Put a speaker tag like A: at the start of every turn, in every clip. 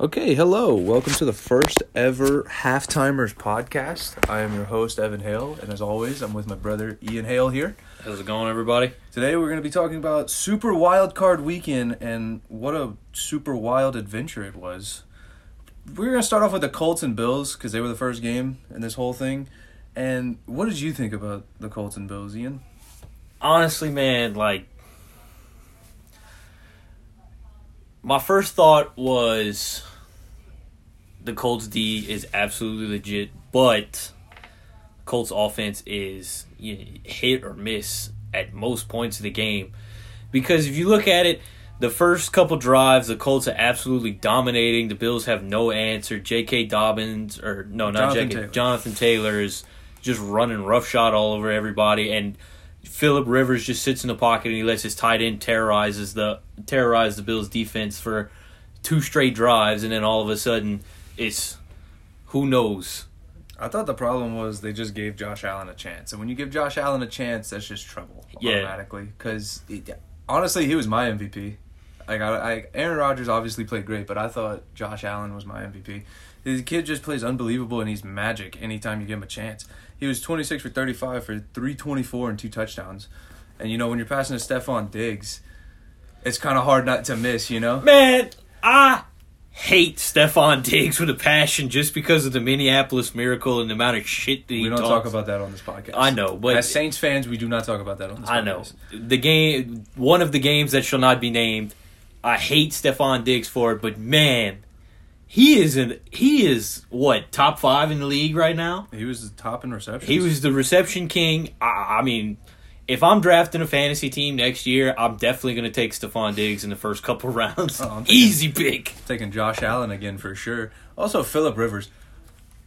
A: Okay, hello. Welcome to the first ever Halftimers podcast. I am your host, Evan Hale, and as always, I'm with my brother, Ian Hale, here.
B: How's it going, everybody?
A: Today, we're going to be talking about Super Wild Card Weekend and what a super wild adventure it was. We're going to start off with the Colts and Bills because they were the first game in this whole thing. And what did you think about the Colts and Bills, Ian?
B: Honestly, man, like my first thought was the Colts D is absolutely legit, but Colts offense is you know, hit or miss at most points of the game. Because if you look at it, the first couple drives, the Colts are absolutely dominating. The Bills have no answer. J.K. Dobbins, or no, not
A: Jonathan
B: J.K.
A: Taylor.
B: Jonathan Taylor is just running roughshod all over everybody, and Philip Rivers just sits in the pocket and he lets his tight end terrorizes the terrorize the Bills defense for two straight drives, and then all of a sudden it's who knows.
A: I thought the problem was they just gave Josh Allen a chance, and when you give Josh Allen a chance, that's just trouble
B: Yeah.
A: automatically. Because honestly, he was my MVP. Like I, I, Aaron Rodgers obviously played great, but I thought Josh Allen was my MVP. The kid just plays unbelievable, and he's magic anytime you give him a chance. He was twenty six for thirty five for three twenty four and two touchdowns. And you know when you're passing to Stephon Diggs, it's kind of hard not to miss. You know.
B: Man, I hate Stephon Diggs with a passion just because of the Minneapolis Miracle and the amount of shit that he
A: We don't
B: talks.
A: talk about that on this podcast.
B: I know, but-
A: as Saints fans, we do not talk about that on this.
B: I know
A: podcast.
B: the game. One of the games that shall not be named. I hate Stephon Diggs for it, but man, he is in. He is what top five in the league right now.
A: He was top in receptions.
B: He was the reception king. I, I mean, if I'm drafting a fantasy team next year, I'm definitely going to take Stephon Diggs in the first couple rounds.
A: Oh, I'm taking-
B: Easy pick.
A: taking Josh Allen again for sure. Also, Philip Rivers.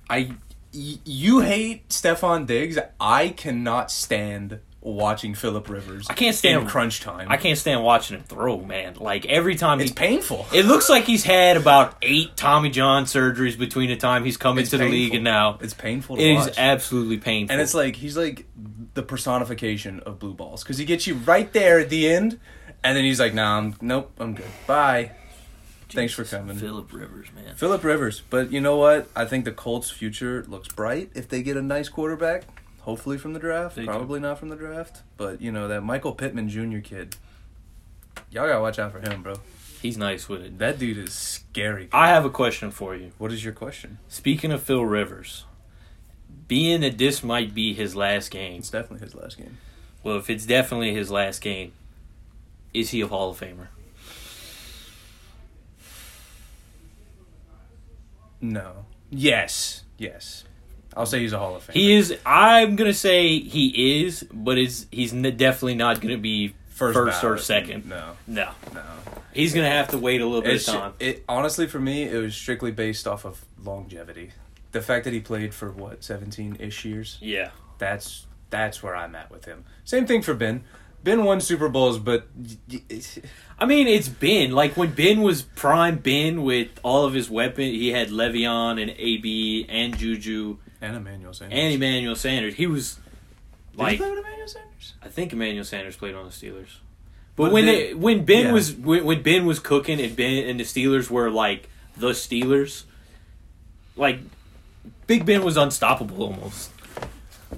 A: I y- you hate Stephon Diggs. I cannot stand watching Philip Rivers. I
B: can't stand-
A: in crunch time.
B: I can't stand watching him throw, man. Like every time
A: It's
B: he,
A: painful.
B: it looks like he's had about eight Tommy John surgeries between the time he's come
A: It's
B: into the
A: painful.
B: league and now.
A: It's painful. To
B: It
A: watch.
B: is absolutely painful.
A: and it's like he's like the personification of blue balls because he gets you right there at the end, and then he's like, "Nah, I'm, nope, I'm good. Bye. Thanks for coming."
B: Philip Rivers, man.
A: Philip Rivers, but you know what? I think the Colts' future looks bright if they get a nice quarterback. Hopefully from the draft,
B: They do.
A: probably not from the draft, but you know that Michael Pittman Jr. kid. Y'all gotta watch out for him, bro.
B: He's nice with it.
A: That dude is scary.
B: I have a question for you.
A: What is your question?
B: Speaking of Phil Rivers, being that this might be his last game,
A: It's definitely his last game.
B: well, if it's definitely his last game, is he a Hall of Famer?
A: No. Yes. Yes. I'll say he's a Hall of Famer.
B: He is. I'm gonna say he is, but is he's n- definitely not gonna be first, or
A: ballot. Mm,
B: second.
A: No.
B: No,
A: No.
B: he's gonna have to wait a little bit
A: It's,
B: of time.
A: it honestly for me it was strictly based off of longevity. The fact that he played for what seventeen ish years.
B: yeah,
A: That's that's where I'm at with him. Same thing for Ben. Ben won Super Bowls, but y- y- it's-
B: I mean, it's Ben. Like when Ben was prime Ben with all of his weapon, he had Le'Veon and AB and Juju
A: and Emmanuel Sanders.
B: and Emmanuel Sanders. He was
A: Did he
B: like,
A: play with Emmanuel Sanders?
B: I think Emmanuel Sanders played on the Steelers. But,
A: But
B: when
A: Ben-
B: they, when Ben
A: yeah.
B: was when, when Ben was cooking and Ben and the Steelers were like the Steelers, like Big Ben was unstoppable almost.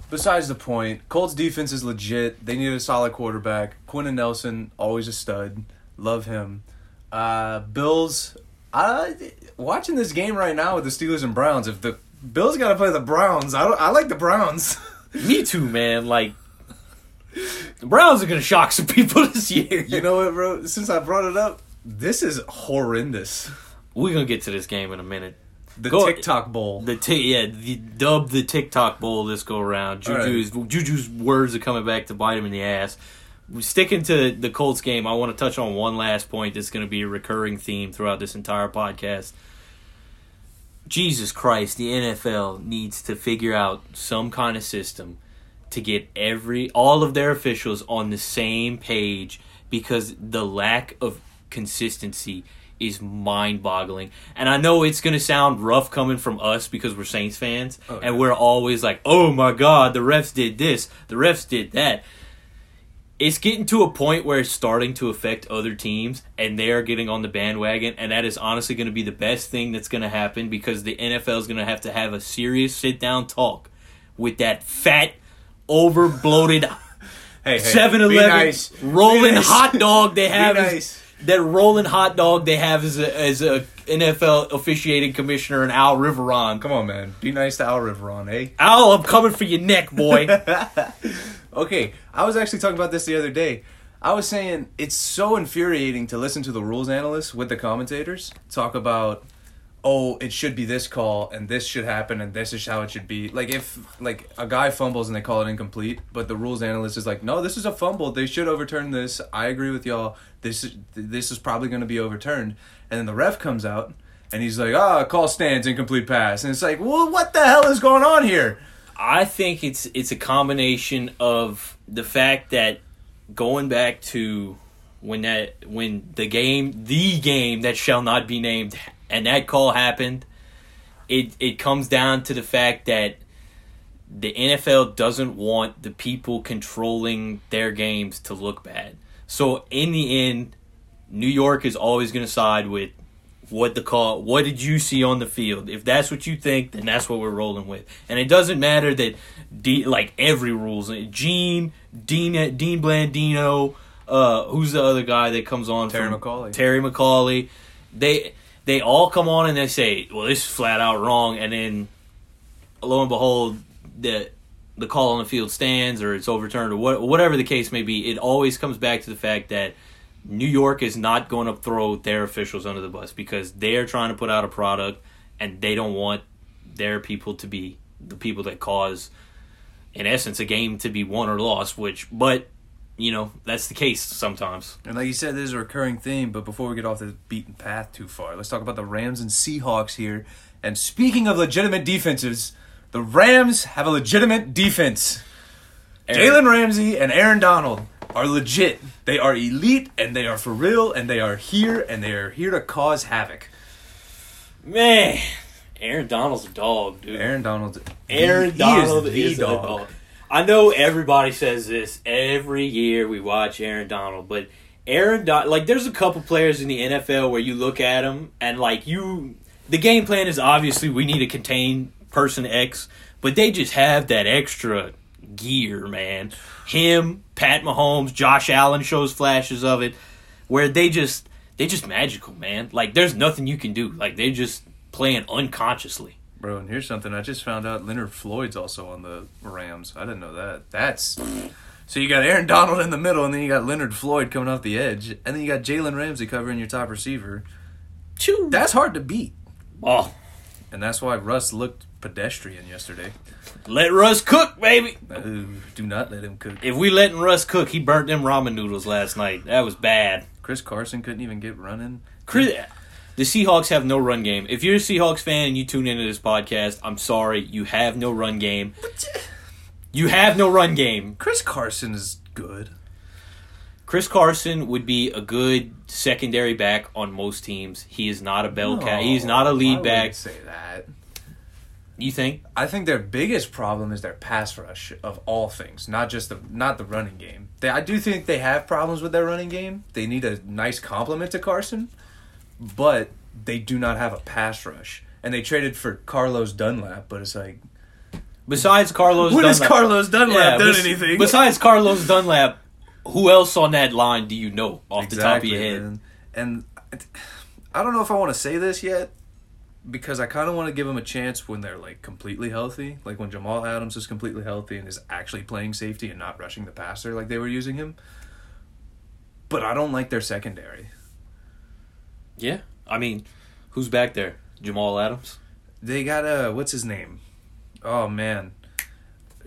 A: Besides the point, Colts defense is legit. They need a solid quarterback. Quinn and Nelson, always a stud. Love him. Uh, Bills. I watching this game right now with the Steelers and Browns. If the Bills got to play the Browns, I don't, I like the Browns.
B: Me too, man. Like the Browns are gonna shock some people this year.
A: you know what, bro? Since I brought it up, this is horrendous.
B: We're gonna get to this game in a minute.
A: The
B: Go-
A: TikTok Bowl.
B: The t- yeah, the dub the TikTok bowl this go around.
A: All right.
B: Juju's Juju's words are coming back to bite him in the ass. Sticking to the Colts game, I want to touch on one last point that's going to be a recurring theme throughout this entire podcast. Jesus Christ, the NFL needs to figure out some kind of system to get every all of their officials on the same page because the lack of consistency is mind-boggling. And I know it's going to sound rough coming from us because we're Saints fans
A: Oh, yeah.
B: and we're always like, "Oh my god, the refs did this, the refs did that." it's getting to a point where it's starting to affect other teams and they are getting on the bandwagon and that is honestly going to be the best thing that's going to happen because the NFL is going to have to have a serious sit down talk with that fat over bloated
A: Hey, hey, be
B: 7-Eleven
A: nice. Be
B: rolling
A: nice.
B: hot dog they
A: Be
B: have is-
A: nice.
B: that rolling hot dog they have as a, as a NFL officiating commissioner and Al Riveron.
A: Come on, man. Be nice to Al Riveron, eh?
B: Al, I'm coming for your neck, boy.
A: Okay, I was actually talking about this the other day. I was saying it's so infuriating to listen to the rules analysts with the commentators talk about, oh, it should be this call and this should happen and this is how it should be. Like if like a guy fumbles and they call it incomplete, but the rules analyst is like, no, this is a fumble. They should overturn this. I agree with y'all. This is this is probably going to be overturned. And then the ref comes out and he's like, ah, call stands, incomplete pass. And it's like, well, what the hell is going on here?
B: I think it's it's a combination of the fact that going back to when that when the game the game that shall not be named and that call happened, it it comes down to the fact that the NFL doesn't want the people controlling their games to look bad. So in the end, New York is always going to side with what the call what did you see on the field if that's what you think then that's what we're rolling with and it doesn't matter that D, like every rules gene dean dean blandino uh who's the other guy that comes on
A: Terry
B: from-
A: McAuley.
B: terry mccauley they they all come on and they say well this is flat out wrong and then lo and behold the the call on the field stands or it's overturned or what, whatever the case may be it always comes back to the fact that New York is not going to throw their officials under the bus because they're trying to put out a product and they don't want their people to be the people that cause in essence a game to be won or lost which but you know that's the case sometimes
A: And like you said, this is a recurring theme, but before we get off the beaten path too far, let's talk about the Rams and Seahawks here. And speaking of legitimate defenses, the Rams have a legitimate defense.
B: Aaron-
A: Jalen Ramsey and Aaron Donald are legit. They are elite and they are for real and they are here and they are here to cause havoc.
B: man Aaron Donald's a dog dude
A: Aaron Donald
B: Aaron
A: he
B: Donald is,
A: the
B: a dog. I know everybody says this every year we watch Aaron Donald, but Aaron Don like there's a couple players in the NFL where you look at them and like you the game plan is obviously we need to contain person X, but they just have that extra gear, man. Him, Pat Mahomes, Josh Allen shows flashes of it where they just they just magical, man. Like there's nothing you can do. Like they just playing unconsciously.
A: Bro, and here's something I just found out: Leonard Floyd's also on the Rams. I didn't know that. That's so you got Aaron Donald in the middle, and then you got Leonard Floyd coming off the edge, and then you got Jalen Ramsey covering your top receiver.
B: Choo.
A: That's hard to beat,
B: Oh,
A: and that's why Russ looked pedestrian yesterday.
B: Let Russ cook, baby.
A: Ooh, do not let him cook.
B: If we letting Russ cook, he burnt them ramen noodles last night. That was bad.
A: Chris Carson couldn't even get running.
B: Chris, the Seahawks have no run game. If you're a Seahawks fan and you tune into this podcast, I'm sorry, you have no run game. You have no run game.
A: Chris Carson is good.
B: Chris Carson would be a good secondary back on most teams. He is not a bell cow.
A: Oh,
B: He's not a
A: I
B: lead
A: wouldn't
B: back.
A: Say that.
B: You think?
A: I think their biggest problem is their pass rush of all things, not just the not the running game. They, I do think they have problems with their running game. They need a nice compliment to Carson, but they do not have a pass rush. And they traded for Carlos Dunlap, but it's like
B: Besides Carlos
A: when
B: Dunlap.
A: has Carlos Dunlap
B: Yeah,
A: done
B: bes-
A: anything?
B: Besides Carlos Dunlap, who else on that line do you know off the top of your head?
A: man. And I don't know if I want to say this yet because I kind of want to give them a chance when they're like completely healthy, like when Jamal Adams is completely healthy and is actually playing safety and not rushing the passer like they were using him. But I don't like their secondary.
B: Yeah. I mean, who's back there? Jamal Adams?
A: They got uh what's his name? Oh man.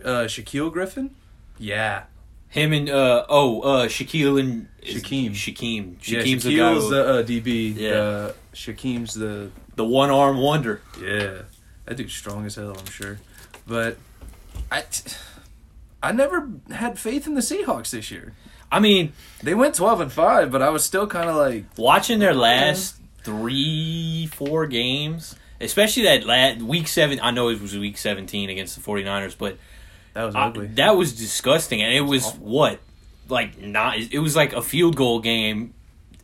A: Uh Shaquille Griffin? Yeah.
B: Him and uh oh, uh Shaquille and
A: Shaquem.
B: Shaquem.
A: Yeah,
B: Shaquem's the guy
A: Shaquille's
B: who-
A: the,
B: the,
A: uh, DB.
B: Yeah.
A: Uh, Shaquem's the
B: one arm wonder.
A: Yeah, that dude's strong as hell, I'm sure. But I, t- I never had faith in the Seahawks this year.
B: I mean,
A: They went twelve and five, but I was still kind of like,
B: watching their last three, four games, especially that last week seven I know it was week seventeen against the 49ers, but
A: that was
B: I-
A: ugly.
B: that was disgusting and it was what? like not. It was like a field goal game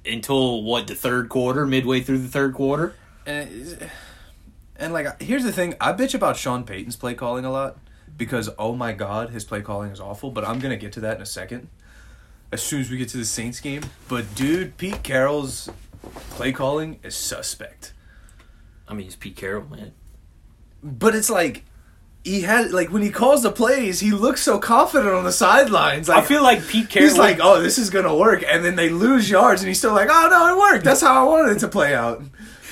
B: until what the third quarter, midway through the third quarter.
A: And, it's- and like, here's the thing I bitch about Sean Payton's play calling a lot because, oh my God, his play calling is awful, but I'm going to get to that in a second as soon as we get to the Saints game. But, dude, Pete Carroll's play calling is suspect.
B: I mean, it's Pete Carroll, man.
A: But it's like, he had like when he calls the plays, he looks so confident on the sidelines. Like,
B: I feel like Pete Carroll.
A: he's like, "Oh, this is gonna work," and then they lose yards, and he's still like, "Oh no, it worked. That's how I wanted it to play out."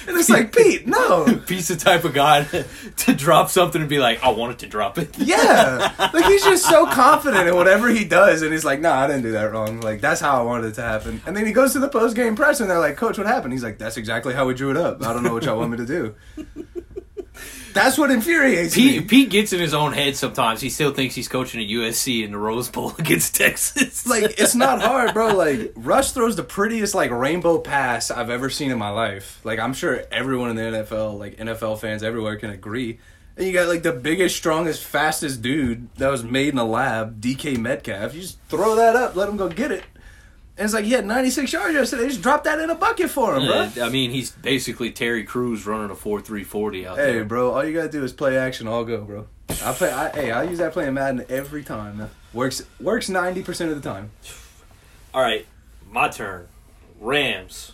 A: And it's like, Pete, no,
B: Pete's the type of guy to drop something and be like, I wanted to drop it.
A: Yeah. Like he's just so confident in whatever he does and he's like, nah, I didn't do that wrong. Like that's how I wanted it to happen. And then he goes to the post game press and they're like, Coach, what happened? He's like, That's exactly how we drew it up. I don't know what y'all want me to do. That's what infuriates
B: Pete,
A: me.
B: Pete gets in his own head sometimes. He still thinks he's coaching at USC in the Rose Bowl against Texas.
A: Like it's not hard, bro. Like Rush throws the prettiest like rainbow pass I've ever seen in my life. Like I'm sure everyone in the NFL, like NFL fans everywhere can agree. And you got like the biggest, strongest, fastest dude that was made in a lab, DK Metcalf. You just throw that up, let him go get it. And it's like he had 96 yards yesterday. Just drop that in a bucket for him, bro.
B: Uh, I mean, he's basically Terry Crews running a 4 3 40 out
A: Hey,
B: there.
A: bro, all you gotta do is play action. All go, bro. I play. I, hey, I use that playing Madden every time. man. Works works 90 percent of the time.
B: All right, my turn. Rams.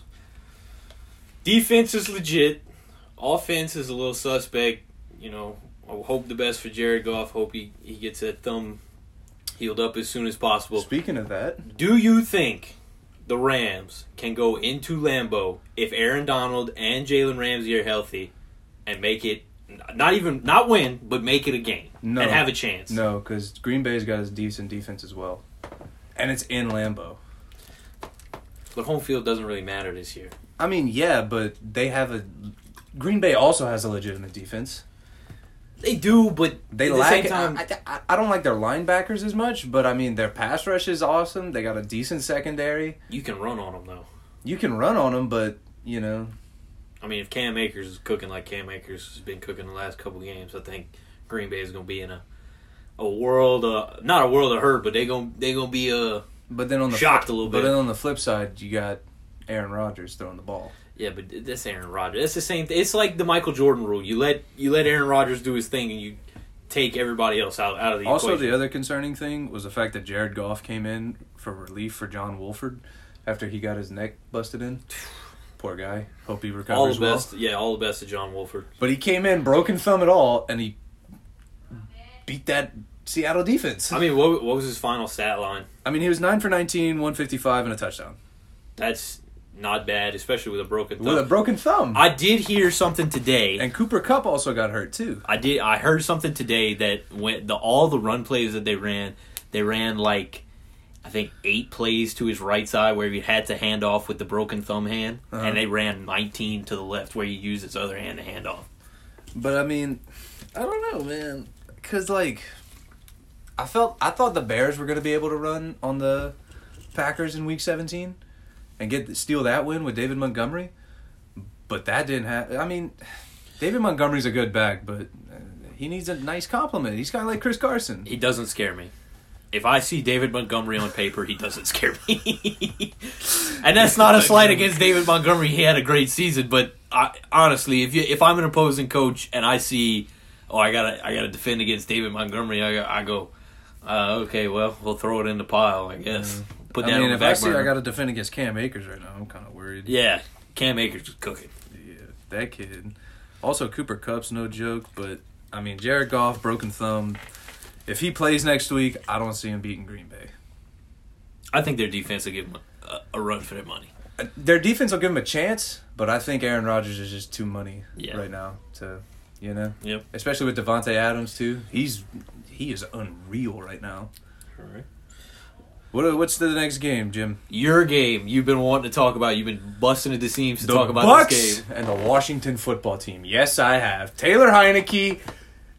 B: Defense is legit. Offense is a little suspect. You know, I hope the best for Jared Goff. Hope he, he gets that thumb healed up as soon as possible.
A: Speaking of that,
B: Do you think the Rams can go into Lambeau if Aaron Donald and Jalen Ramsey are healthy and make it not even not win, but make it a game
A: No.
B: and have a chance?
A: No, because Green Bay's got a decent defense as well, and it's in Lambeau.
B: But home field doesn't really matter this year.
A: I mean, yeah, but they have a. Green Bay also has a legitimate defense.
B: They do, but
A: They
B: at the
A: lack.
B: same time,
A: I, I, I don't like their linebackers as much, but I mean their pass rush is awesome. They got a decent secondary.
B: you can run on them though.
A: You can run on them, but you know
B: I mean, if Cam Akers is cooking like Cam Akers has been cooking the last couple games, I think Green Bay is going to be in a a world, uh, not a world of hurt, but they going to they going to be uh
A: But then on the
B: Shocked a little
A: But
B: bit.
A: then on the flip side, you got Aaron Rodgers throwing the ball.
B: Yeah, but that's Aaron Rodgers. That's the same thing. It's like the Michael Jordan rule. You let you let Aaron Rodgers do his thing, and you take everybody else out out of the
A: Also,
B: equation.
A: the other concerning thing was the fact that Jared Goff came in for relief for John Wolford after he got his neck busted in. Poor guy. Hope he
B: all
A: recovers
B: the
A: well.
B: best. Yeah, all the best to John Wolford.
A: But he came in broken thumb at all, and he beat that Seattle defense.
B: I mean, what what was his final stat line?
A: I mean, he was nine for 19, 155, and a touchdown
B: That's not bad, especially with a broken
A: with a
B: thumb.
A: broken thumb.
B: I did hear something today.
A: and Cooper Cup also got hurt too.
B: I did. I heard something today that went the all the run plays that they ran, they ran like I think eight plays to his right side where he had to hand off with the broken thumb hand,
A: Uh-huh.
B: and they ran nineteen to the left where he used his other hand to hand off.
A: But I mean, I don't know, man. Cause like, I felt I thought the Bears were gonna be able to run on the Packers in Week 17 and get steal that win with David Montgomery, but that didn't happen. I mean, David Montgomery's a good back, but uh, he needs a nice compliment. He's kind of like Chris Carson.
B: He doesn't scare me. If I see David Montgomery on paper, he doesn't scare me. and that's not a slight against David Montgomery. He had a great season, but I, honestly, if you, if I'm an opposing coach and I see, oh, I gotta I gotta defend against David Montgomery, I, go- I go, uh, okay, well, we'll throw it in the pile, I guess. Put
A: Mm-hmm.
B: that
A: I
B: on
A: mean,
B: the
A: if I
B: back
A: see
B: burner.
A: I got to defend against Cam Akers right now, I'm kind of worried.
B: yeah, Cam Akers is cooking.
A: Yeah, that kid. Also, Cooper Cup's no joke, but I mean, Jared Goff, broken thumb. If he plays next week, I don't see him beating Green Bay.
B: I think their defense will give him a, a run for their money.
A: Uh, Their defense will give him a chance, but I think Aaron Rodgers is just too money
B: Yeah.
A: right now to, you know,
B: Yep.
A: especially with Devontae Adams too. He's he is unreal right now. What what's the next game, Jim?
B: Your game, you've been wanting to talk about. You've been busting at the seams to talk about this game.
A: and the Washington football team. Yes, I have. Taylor Heineke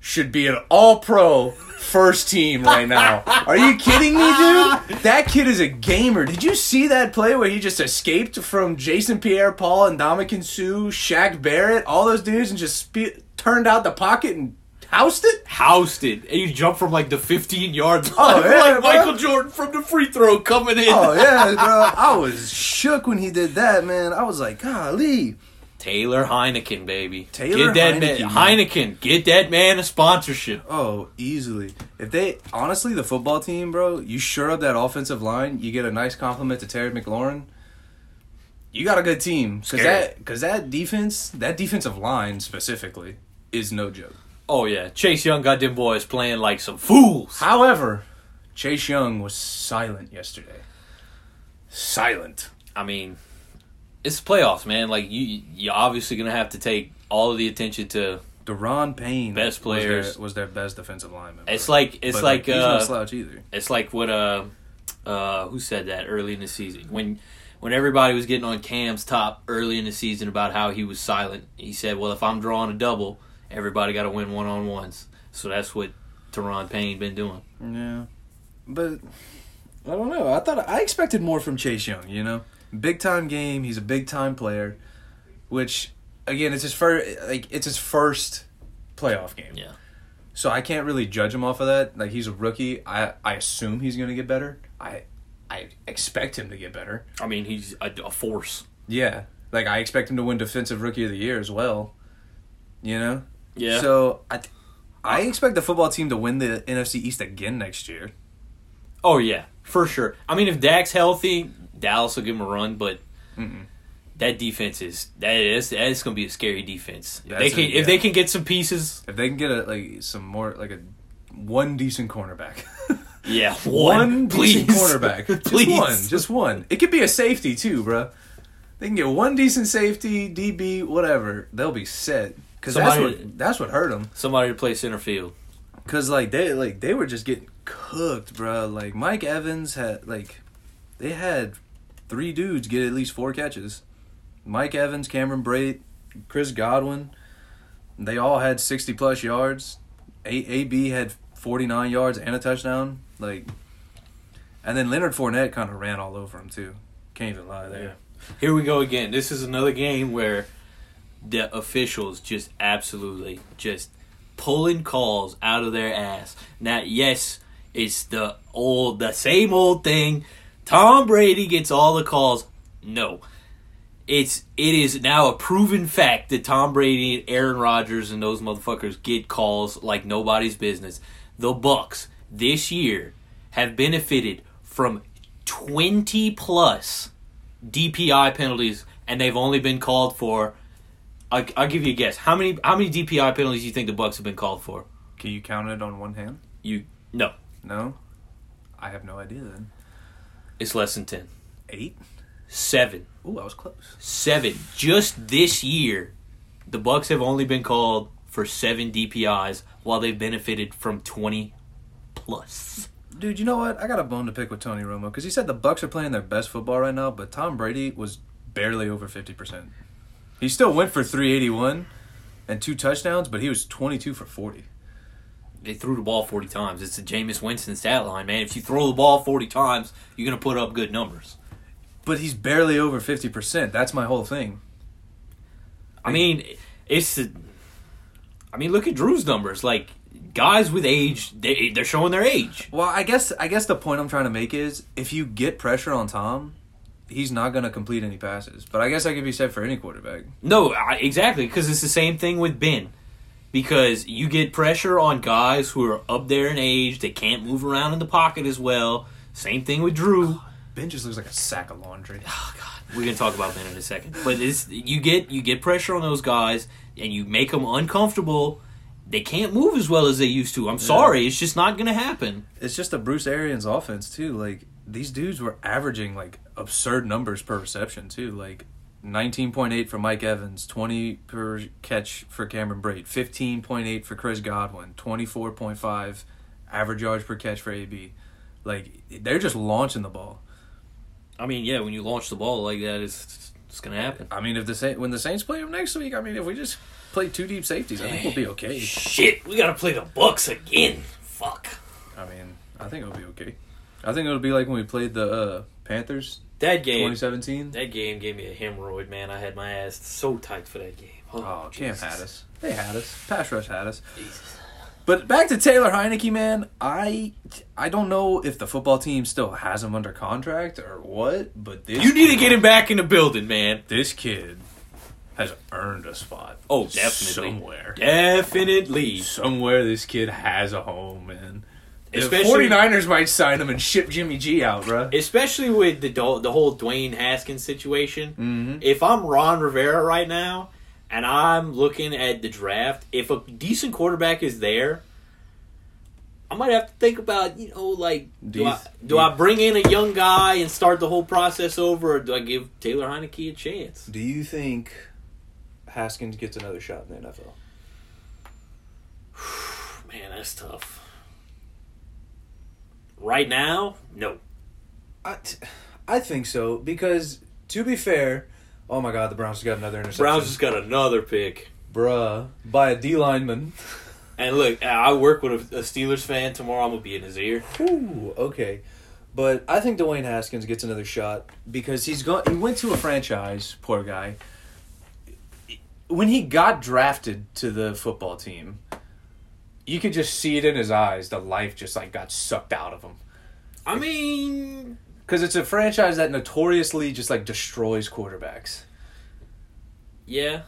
A: should be an all pro first team right now. Are you kidding me, dude? That kid is a gamer. Did you see that play where he just escaped from Jason Pierre Paul and Dominican Sue, Shaq Barrett, all those dudes, and just spe- turned out the pocket and Housed it?
B: housed it. And you jump from like the 15 yard
A: Oh,
B: line,
A: yeah, bro.
B: like Michael Jordan from the free throw coming in.
A: Oh yeah, bro. I was shook when he did that, man. I was like, golly.
B: Taylor Heineken, baby.
A: Taylor
B: get that man-
A: Heineken, man.
B: Heineken, get that man a sponsorship.
A: Oh, easily. If they honestly, the football team, bro, you sure up that offensive line. You get a nice compliment to Terry McLaurin. You got a good team because
B: Scary.
A: that because that defense, that defensive line specifically, is no joke.
B: Oh yeah, Chase Young got them boys playing like some fools.
A: However, Chase Young was silent yesterday. Silent.
B: I mean, it's the playoffs, man. Like you, you're obviously gonna have to take all of the attention to.
A: Deron Payne,
B: Best
A: was their- was
B: players.
A: their, best defensive lineman. bro.
B: It's like it's
A: But,
B: like,
A: he's no
B: uh,
A: slouch either.
B: it's like what uh, uh, who said that early in the season when when everybody was getting on Cam's top early in the season about how he was silent. He said, "Well, if I'm drawing a double, everybody got to win one on ones." So that's what Teron Payne been doing.
A: Yeah, but I don't know. I thought I expected more from Chase Young. You know, big time game. He's a big time player, which again, it's his first like it's his first playoff game.
B: Yeah.
A: So I can't really judge him off of that. Like he's a rookie. I I assume he's gonna get better. I I expect him to get better.
B: I mean, he's a, a force.
A: Yeah. Like I expect him to win Defensive Rookie of the Year as well. You know.
B: Yeah.
A: So I. th- I expect the football team to win the NFC East again next year.
B: Oh yeah, for sure. I mean, if Dak's healthy, Dallas will give him a run, but that defense is that is that is going to be a scary defense. If they
A: That's
B: can
A: it, yeah.
B: if they can get some pieces,
A: If they can get a like some more like a one decent cornerback.
B: yeah, one, please,
A: decent cornerback.
B: Please.
A: Just one. Just one. It could be a safety too, bro. They can get one decent safety, DB, whatever. They'll be set. Cause that's
B: Somebody-
A: what that's what hurt them.
B: Somebody to play center field.
A: Cause like they like they were just getting cooked, bro. Like Mike Evans had like they had three dudes get at least four catches. Mike Evans, Cameron Brate, Chris Godwin. They all had sixty plus yards. A A B had forty nine yards and a touchdown. Like, and then Leonard Fournette kind of ran all over him too. Can't even lie there.
B: Here we go again. This is another game where the officials just absolutely just pulling calls out of their ass. Now, yes, it's the old, the same old thing. Tom Brady gets all the calls. No, it's it is now a proven fact that Tom Brady and Aaron Rodgers and those motherfuckers get calls like nobody's business. The Bucks this year have benefited from twenty plus DPI penalties, and they've only been called for. I, I'll give you a guess. How many how many DPI penalties do you think the Bucks have been called for?
A: Can you count it on one hand?
B: You no,
A: No, I have no idea. Then
B: it's less than ten.
A: eight.
B: Seven,
A: Ooh, I was close.
B: seven. Just this year, the Bucks have only been called for seven DPIs, while they've benefited from twenty plus.
A: Dude, you know what? I got a bone to pick with Tony Romo because he said the Bucks are playing their best football right now, but Tom Brady was barely over fifty percent. He still went for three eighty one and two touchdowns, but he was twenty two for forty.
B: They threw the ball forty times. It's the Jameis Winston stat line, man. If you throw the ball forty times, you're gonna put up good numbers.
A: But he's barely over fifty percent. That's my whole thing.
B: I mean, it's. the- I mean, look at Drew's numbers. Like guys with age, they they're showing their age.
A: Well, I guess I guess the point I'm trying to make is if you get pressure on Tom, he's not gonna complete any passes. But I guess that could be said for any quarterback.
B: No, I, exactly, because it's the same thing with Ben. Because you get pressure on guys who are up there in age, they can't move around in the pocket as well. Same thing with Drew.
A: Ben just looks like a sack of laundry.
B: Oh God, we're gonna talk about Ben in a second. But it's you get you get pressure on those guys, and you make them uncomfortable. They can't move as well as they used to. I'm sorry, it's just not gonna happen.
A: it's just the Bruce Arians offense too. Like these dudes were averaging like absurd numbers per reception too. Like nineteen point eight for Mike Evans, twenty per catch for Cameron Braid, fifteen point eight for Chris Godwin, twenty four point five average yards per catch for AB. Like they're just launching the ball.
B: I mean, yeah, when you launch the ball like that, it's it's gonna happen.
A: I mean, if the Saint, when the Saints play them next week, I mean, if we just play two deep safeties, I think we'll be okay.
B: Shit, we gotta play the Bucks again. Fuck.
A: I mean, I think it'll be okay. I think it'll be like when we played the uh, Panthers,
B: That game,
A: twenty seventeen.
B: that game gave me a hemorrhoid, man. I had my ass so tight for that game.
A: Oh, Cam had us. They had us. Pass rush had us.
B: Jesus.
A: But back to Taylor Heineke, man. I I don't know if the football team still has him under contract or what, but this
B: You need to get him back in the building, man.
A: This kid has earned a spot.
B: Oh, definitely.
A: Somewhere.
B: Definitely.
A: Somewhere this kid has a home, man. The
B: Especially-
A: 49ers might sign him and ship Jimmy G out, bruh.
B: Especially with the do- the whole Dwayne Haskins situation.
A: Mhm.
B: If I'm Ron Rivera right now and I'm looking at the draft, if a decent quarterback is there, I might have to think about, you know, like do,
A: Do you-
B: I, do
A: do you-
B: I bring in a young guy and start the whole process over or do I give Taylor Heineke a chance?
A: Do you think Haskins gets another shot in the NFL?
B: Man, that's tough. Right now, no.
A: I, t- I think so because to be fair, oh my God, the Browns just got another interception,
B: Browns just got another pick.
A: bruh, by a D lineman.
B: And look, I I work with a, a Steelers fan tomorrow. I'm gonna be in his ear.
A: Ooh, okay, but I think Dwayne Haskins gets another shot because he's gone. He went to a franchise, poor guy. When he got drafted to the football team, you could just see it in his eyes. The life just like got sucked out of him.
B: I mean,
A: Because it's a franchise that notoriously just like destroys quarterbacks.
B: yeah,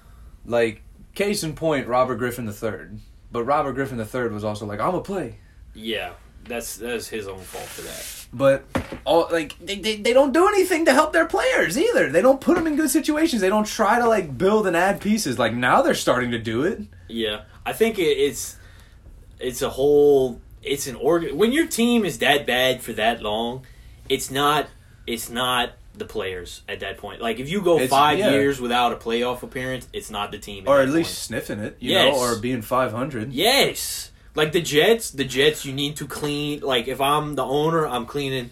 A: Like, case in point, Robert Griffin III. But Robert Griffin III was also like, I'm going to play.
B: yeah. That's that's his own fault for that.
A: But, all like, they, they, they don't do anything to help their players either. They don't put them in good situations. They don't try to, like, build and add pieces. Like, now they're starting to do it.
B: Yeah, I think it, it's it's a whole it's an organ. When your team is that bad for that long, it's not it's not the players at that point. Like if you go
A: It's-
B: five
A: yeah.
B: years without a playoff appearance, it's not the team.
A: Or
B: that
A: at least
B: point.
A: sniffing it, you
B: Yes.
A: know, or being 500.
B: yes. Like the Jets, the Jets, you need to clean. Like if I'm the owner, I'm cleaning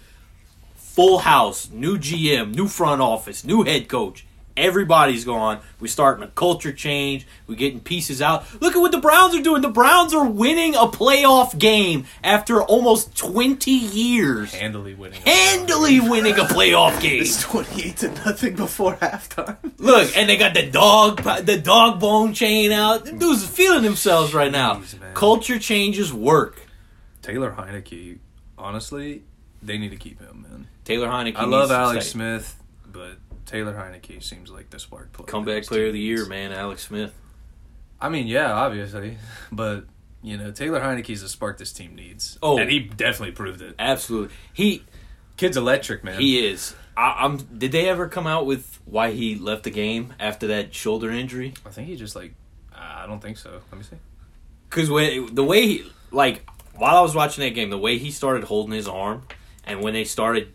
B: full house, new GM, new front office, new head coach. Everybody's gone. We're starting a culture change. We're getting pieces out. Look at what the Browns are doing. The Browns are winning a playoff game after almost 20 years.
A: Handily winning.
B: Handily winning a playoff game.
A: It's 28 to nothing before halftime.
B: Look, and they got the dog the dog bone chain out. Them dudes are feeling themselves right now.
A: Jeez, man.
B: Culture changes work.
A: Taylor Heineke, honestly, they need to keep him, man.
B: Taylor Heineke.
A: I
B: needs
A: love
B: to
A: Alex
B: stay.
A: Smith, but Taylor Heineke seems like the spark plug.
B: Comeback
A: This
B: player of
A: team
B: the year,
A: needs.
B: man, Alex Smith.
A: I mean, yeah, obviously, but you know, Taylor Heineke's the spark this team needs.
B: Oh.
A: and he definitely proved it.
B: Absolutely. He
A: Kid's electric, man.
B: he is. I, I'm did they ever come out with why he left the game after that shoulder injury?
A: I think he just like, I don't think so. Let me see.
B: Cuz when the way he like while I was watching that game, the way he started holding his arm and when they started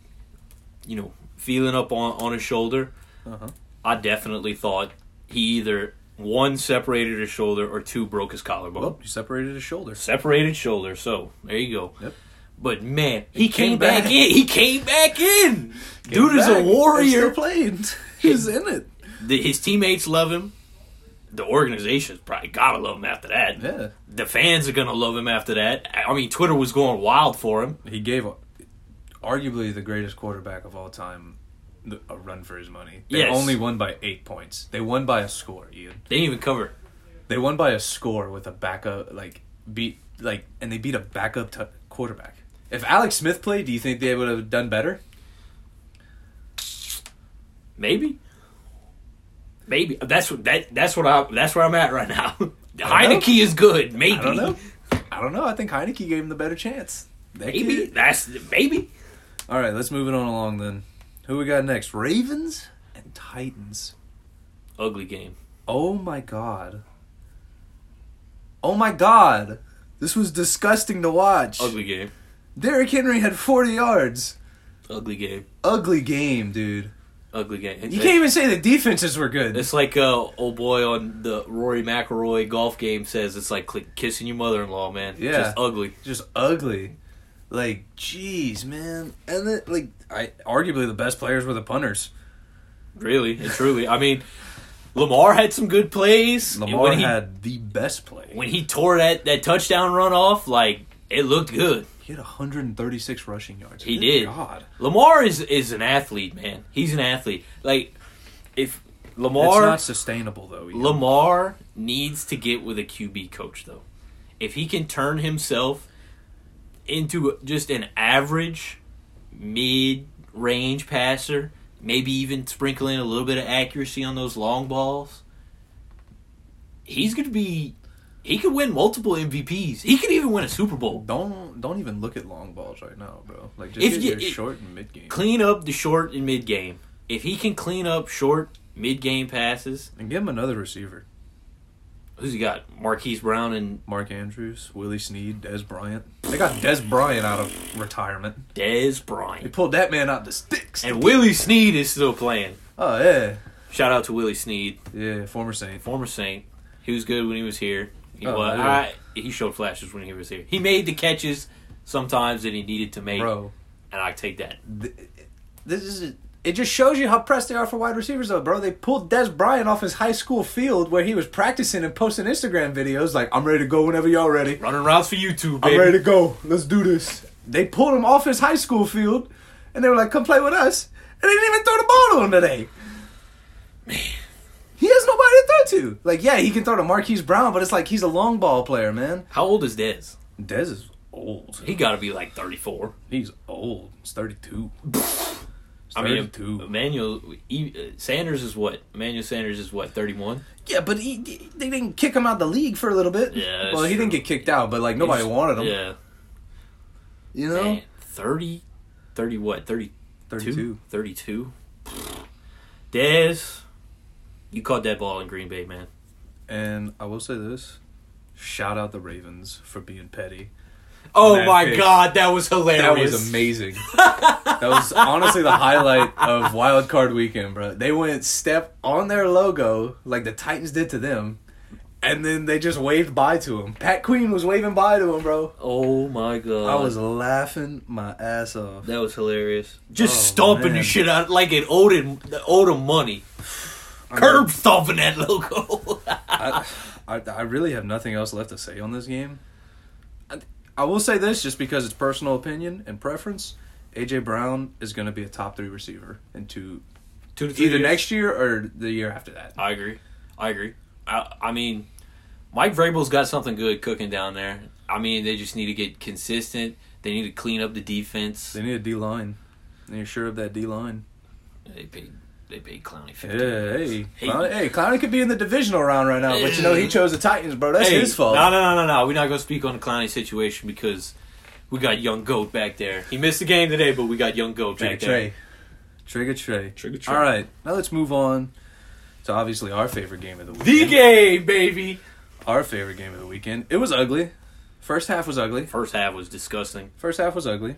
B: you know, feeling up on on his shoulder,
A: Uh huh.
B: I definitely thought he either one separated his shoulder or two broke his collarbone.
A: Well, he separated his shoulder.
B: Separated shoulder, so there you go.
A: Yep.
B: But man, he
A: came
B: came, back.
A: back.
B: in. He came back in. Dude is a
A: Back, and still
B: warrior.
A: played. He's in it.
B: The- his teammates love him. The organization's probably gotta love him after that.
A: Yeah,
B: The fans are gonna love him after that. I I mean, Twitter was going wild for him.
A: he gave arguably the greatest quarterback of all time the- a run for his money. They
B: Yes.
A: only won by eight points. They won by a score, Ian.
B: They didn't even cover.
A: They won by a score with a backup, like beat, like, and they beat a backup t- quarterback. If Alex Smith played, do you think they would have done better?
B: Maybe. Maybe that's what that that's what I that's where I'm at right now.
A: I don't know.
B: Heineke is good. Maybe.
A: I don't know. I don't know. I think Heineke gave him the better chance. That
B: Maybe
A: kid-
B: that's maybe.
A: All right, let's move it on along then. Who we got next? Ravens and Titans.
B: Ugly game.
A: Oh my god. Oh my god. This was disgusting to watch.
B: Ugly game.
A: Derrick Henry had 40 yards.
B: Ugly game.
A: Ugly game, dude.
B: Ugly game.
A: You can't even say the defenses were good.
B: It's like uh, old boy on the Rory McIlroy golf game says it's like cli- kissing your mother-in-law, man.
A: Yeah.
B: just ugly.
A: just ugly. Like, jeez, man. And then, like, I arguably the best players were the punters.
B: Really and truly. I mean, Lamar had some good plays. and
A: Lamar
B: when he,
A: had the best play.
B: when he tore that that touchdown run off, like it looked good.
A: He had 136 rushing yards.
B: He
A: Good
B: did.
A: God,
B: Lamar is is an athlete, man. He's an athlete. Like if Lamar
A: it's not sustainable though. Ian.
B: Lamar needs to get with a QB coach though. If he can turn himself into just an average mid range passer, maybe even sprinkle in a little bit of accuracy on those long balls, he's going to be. He could win multiple MVPs. He could even win a Super Bowl.
A: Don't don't even look at long balls right now, bro. Like just
B: If
A: get
B: you-
A: your
B: it-
A: short and mid game
B: Clean up the short and mid game. If he can clean up short, mid game passes,
A: and give him another receiver.
B: who's he got? Marquise Brown and
A: Mark Andrews, Willie Sneed, Des Bryant. They got Des Bryant out of retirement.
B: Des
A: They
B: Bryant.
A: pulled that man out the sticks.
B: And Willie Sneed is still playing.
A: oh yeah,
B: Shout out to Willie Sneed,
A: yeah, former Saint.
B: former Saint. He was good when he was here. He,
A: Oh,
B: was,
A: yeah.
B: I, he showed flashes when he was here. He made the catches sometimes that he needed to make,
A: Bro,
B: and I take that.
A: th- this is it. Just shows you how pressed they are for wide receivers, though, bro. They pulled Des Bryant off his high school field where he was practicing and posting Instagram videos like, "I'm ready to go whenever y'all ready.
B: Running routes for you too,
A: I'm
B: baby.
A: ready to go. Let's do this." They pulled him off his high school field, and they were like, "Come play with us," and they didn't even throw the ball to him today. He has nobody to throw to. Like, yeah, he can throw to Marquise Brown, but it's like he's a long ball player, man.
B: How old is Dez?
A: Des is old.
B: He got to be like 34.
A: He's old. He's 32. He's
B: I mean,
A: 32.
B: Emmanuel he, uh, Sanders is what? Emmanuel Sanders is what? 31.
A: yeah, but he, he- they didn't kick him out the league for a little bit.
B: Yeah, that's
A: Well, he didn't
B: true.
A: get kicked out, but like nobody
B: He's-
A: wanted him.
B: Yeah.
A: You know?
B: Man, 30, 30 what? 30,
A: 32.
B: 32. Dez, you caught that ball in Green Bay, man.
A: And I will say this. Shout out the Ravens for being petty.
B: Oh
A: That
B: my
A: pick.
B: god, that was hilarious.
A: That was amazing. that was honestly the highlight of Wild Card Weekend, bro. They went step on their logo like the Titans did to them, and then they just waved bye to him. Pat Queen was waving bye to him, bro.
B: Oh my god.
A: I was laughing my ass off.
B: that was hilarious. Just
A: Oh,
B: stomping the
A: man.
B: shit out like it owed him, owed him money. Curb stomping that logo.
A: I, I, I really have nothing else left to say on this game. I, I will say this just because it's personal opinion and preference. AJ Brown is going to be a top three receiver into
B: Two to
A: either
B: years.
A: next year or the year after that.
B: I agree. I agree. I, I mean, Mike Vrabel's got something good cooking down there. I mean, they just need to get consistent. They need to clean up the defense.
A: They need a D line. They need to sure up that D line.
B: They paid. They paid Clowney
A: Yeah,
B: fifteen.
A: hey,
B: Hey.
A: Clowney, hey, Clowney could be in the divisional round right now, but you know he chose the Titans, bro. That's
B: Hey,
A: his fault.
B: No, no, no, no, no. We're not gonna speak on the Clowney situation because we got young goat back there. He missed the game today, but we got young goat
A: Trigger
B: back there.
A: Trey. Trigger Trey.
B: Trigger Trey.
A: All right, now let's move on to obviously our favorite game of the weekend.
B: The game, baby.
A: Our favorite game of the weekend. It was ugly. First half was ugly.
B: First half was disgusting.
A: First half was ugly.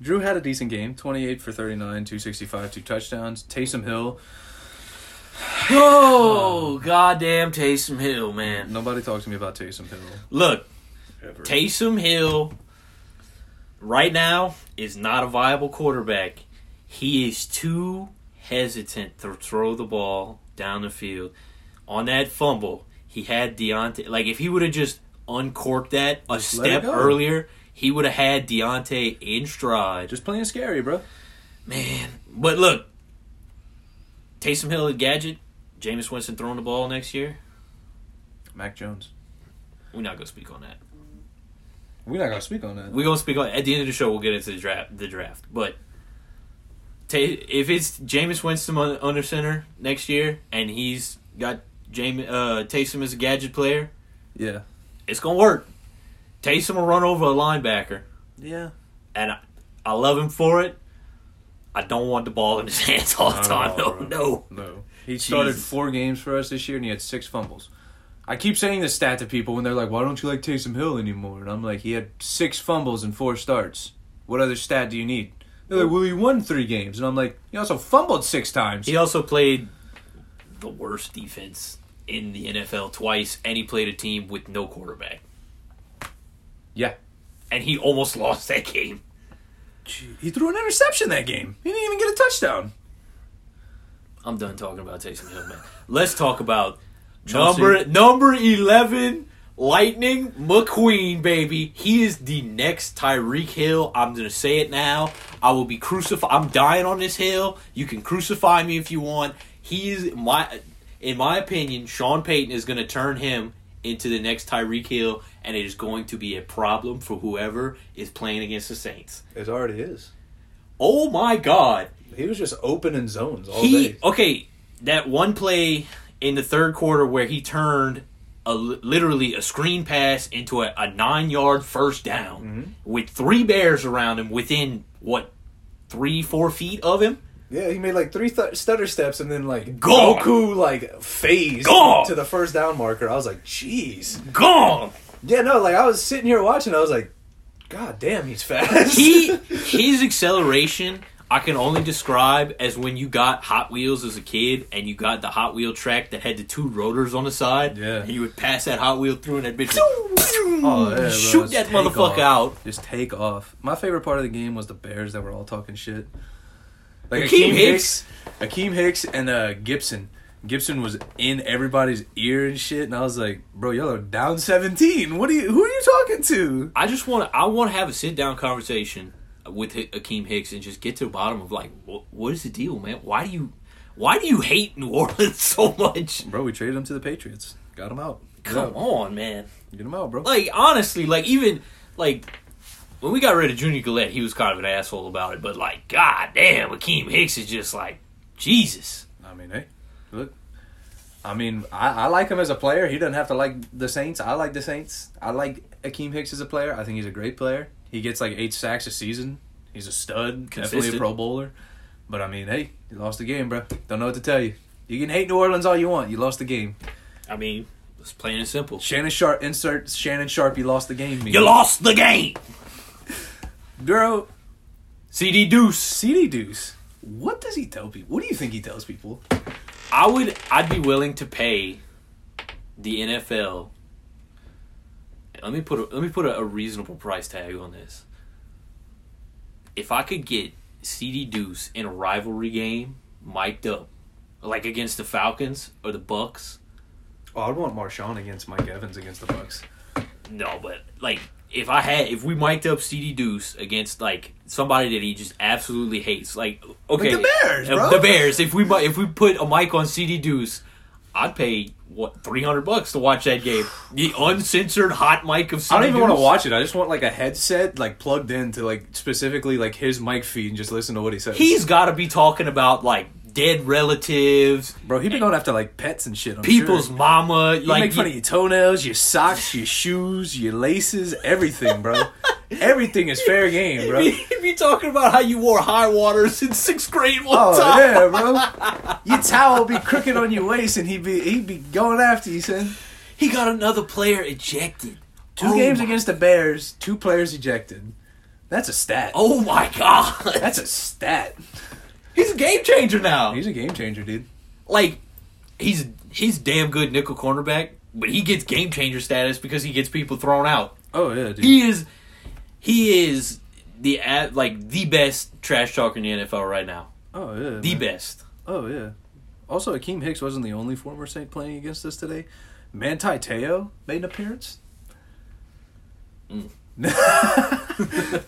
A: Drew had a decent game 28 for 39, 265, two touchdowns. Taysom Hill.
B: Oh, goddamn Taysom Hill, man.
A: Nobody talks to me about Taysom Hill.
B: Look,
A: Ever.
B: Taysom Hill right now is not a viable quarterback. He is too hesitant to throw the ball down the field. On that fumble, he had Deontay. Like if he would have just uncorked that a
A: let it
B: step
A: go.
B: earlier, he would have had Deontay in stride.
A: Just playing scary, bro.
B: Man, but look, Taysom Hill at gadget. Jameis Winston throwing the ball next year.
A: Mac Jones.
B: We're not gonna speak on that.
A: We're not going to speak on that.
B: we're gonna speak on at the end of the show. We'll get into the draft. The draft, but ta if it's Jameis Winston on, under center next year, and he's got James uh, Taysom as a gadget player,
A: Yeah.
B: it's gonna work. Taysom will run over a linebacker,
A: Yeah.
B: and I, I love him for it. I don't want the ball in his hands all the time. No,
A: bro.
B: no.
A: No. He started
B: Jesus.
A: four games for us this year and he had six fumbles. I keep saying this stat to people when they're like, why don't you like Taysom Hill anymore? And I'm like, he had six fumbles and four starts. What other stat do you need? They're like, well, he won three games. And I'm like, he also fumbled six times.
B: He also played the worst defense in the NFL twice, and he played a team with no quarterback,
A: Yeah.
B: and he almost lost that game.
A: He threw an interception that game. He didn't even get a touchdown.
B: I'm done talking about Taysom Hill, man. Let's talk about
A: Chauncey.
B: number number eleven, Lightning McQueen, baby. He is the next Tyreek Hill. I'm gonna say it now. I will be crucified. I'm dying on this hill. You can crucify me if you want. He is my, in my opinion, Sean Payton is gonna turn him into the next Tyreek Hill, and it is going to be a problem for whoever is playing against the Saints.
A: It already is.
B: Oh my God.
A: He was just opening zones all
B: he
A: day.
B: okay that one play in the third quarter where he turned a literally a screen pass into a, a nine yard first down
A: Mm-hmm.
B: with three bears around him within what three four feet of him
A: Yeah, he made like three th- stutter steps and then like
B: Gone.
A: Goku like phased
B: Gone.
A: to the first down marker. I was like, jeez.
B: gone
A: Yeah, no, like I was sitting here watching. I was like, God damn, he's fast.
B: he his acceleration I can only describe as when you got Hot Wheels as a kid and you got the Hot Wheel track that had the two rotors on the side.
A: Yeah.
B: And you would pass that Hot Wheel through and that bitch. would-
A: Oh, yeah, bro,
B: shoot
A: just
B: that
A: take
B: motherfucker out.
A: off. Just take off. My favorite part of the game was the Bears that were all talking shit. Like
B: Akeem
A: Akeem Hicks, Akeem Hicks, and uh, Gibson. Gibson was in everybody's ear and shit, and I was like, "Bro, y'all are down seventeen. What are you? Who are you talking to?"
B: I just want to. I want to have a sit down conversation with Hi- Akeem Hicks and just get to the bottom of like, wh- what is the deal, man? Why do you, why do you hate New Orleans so much?
A: Bro, we traded him to the Patriots. Got him out. Get
B: Come
A: him out.
B: on, man.
A: Get him out, bro.
B: Like honestly, like even like when we got rid of Junior Gillette, he was kind of an asshole about it. But like, god damn, Akeem Hicks is just like Jesus.
A: I mean, hey, look. I mean, I, I like him as a player. He doesn't have to like the Saints. I like the Saints. I like Akeem Hicks as a player. I think he's a great player. He gets like eight sacks a season. He's a stud, definitely
B: Consistent.
A: a Pro Bowler. But I mean, hey, you lost the game, bro. Don't know what to tell you. You can hate New Orleans all you want. You lost the game.
B: I mean, it's plain and simple.
A: Shannon Sharp, insert Shannon Sharp. You lost the game. meme.
B: You lost the game.
A: bro.
B: CD Deuce.
A: CD Deuce. What does he tell people? What do you think he tells people?
B: I would I'd be willing to pay the NFL. Let me put a, let me put a, a reasonable price tag on this. If I could get CD Deuce in a rivalry game, mic'd up, like against the Falcons or the Bucks.
A: Oh, I'd want Marshawn against Mike Evans against the Bucks.
B: No, but like if I had if we mic'd up CD Deuce against like somebody that he just absolutely hates, like okay,
A: the Bears,
B: uh,
A: bro.
B: the Bears. If we mi- if we put a mic on CD Deuce, I'd pay what three hundred bucks to watch that game. The uncensored hot mic of CD
A: I don't even
B: Deuce.
A: want to watch it. I just want like a headset, like plugged into like specifically like his mic feed and just listen to what he says.
B: He's got to be talking about like dead relatives,
A: bro. He been going after like pets and shit. I'm
B: people's
A: sure.
B: mama.
A: You
B: like
A: make fun
B: you-
A: of your toenails, your socks, your shoes, your laces, everything, bro. everything is fair game, bro.
B: He'd be talking about how you wore high waters in sixth grade one
A: Oh
B: time.
A: yeah, bro. Your towel be crooked on your waist, and he'd be he'd be going after you, son.
B: He got another player ejected.
A: Two
B: Oh
A: games
B: my-
A: against the Bears, two players ejected. That's a stat.
B: Oh my god.
A: That's a stat.
B: He's a game changer now.
A: He's a game changer, dude.
B: like he's he's damn good nickel cornerback, but he gets game changer status because he gets people thrown out.
A: Oh yeah, dude.
B: He is he is the a- like the best trash talker in the NFL right now.
A: oh yeah.
B: The
A: man.
B: best.
A: Oh yeah. Also, Akeem Hicks wasn't the only former Saint playing against us today. Manti Te'o made an appearance.
B: Mm.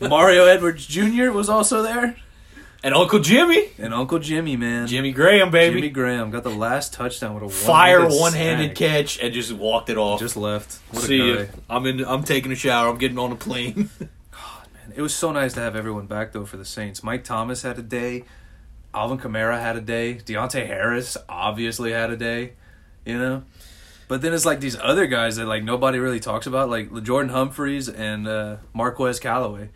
A: Mario Edwards Jr. was also there,
B: And Uncle Jimmy,
A: and Uncle Jimmy, man,
B: Jimmy Graham baby,
A: Jimmy Graham got the last touchdown with a
B: fire
A: one-handed
B: one-handed
A: sack.
B: catch and just walked it off.
A: Just left. What
B: See
A: a guy.
B: ya. I'm in I'm taking a shower. I'm getting on a plane.
A: Man, It was so nice to have everyone back though for the Saints. Mike Thomas had a day. Alvin Kamara had a day. Deontay Harris obviously had a day. You know? But then it's like these other guys that like nobody really talks about, like LeJordan Humphreys and uh Marquez Callaway.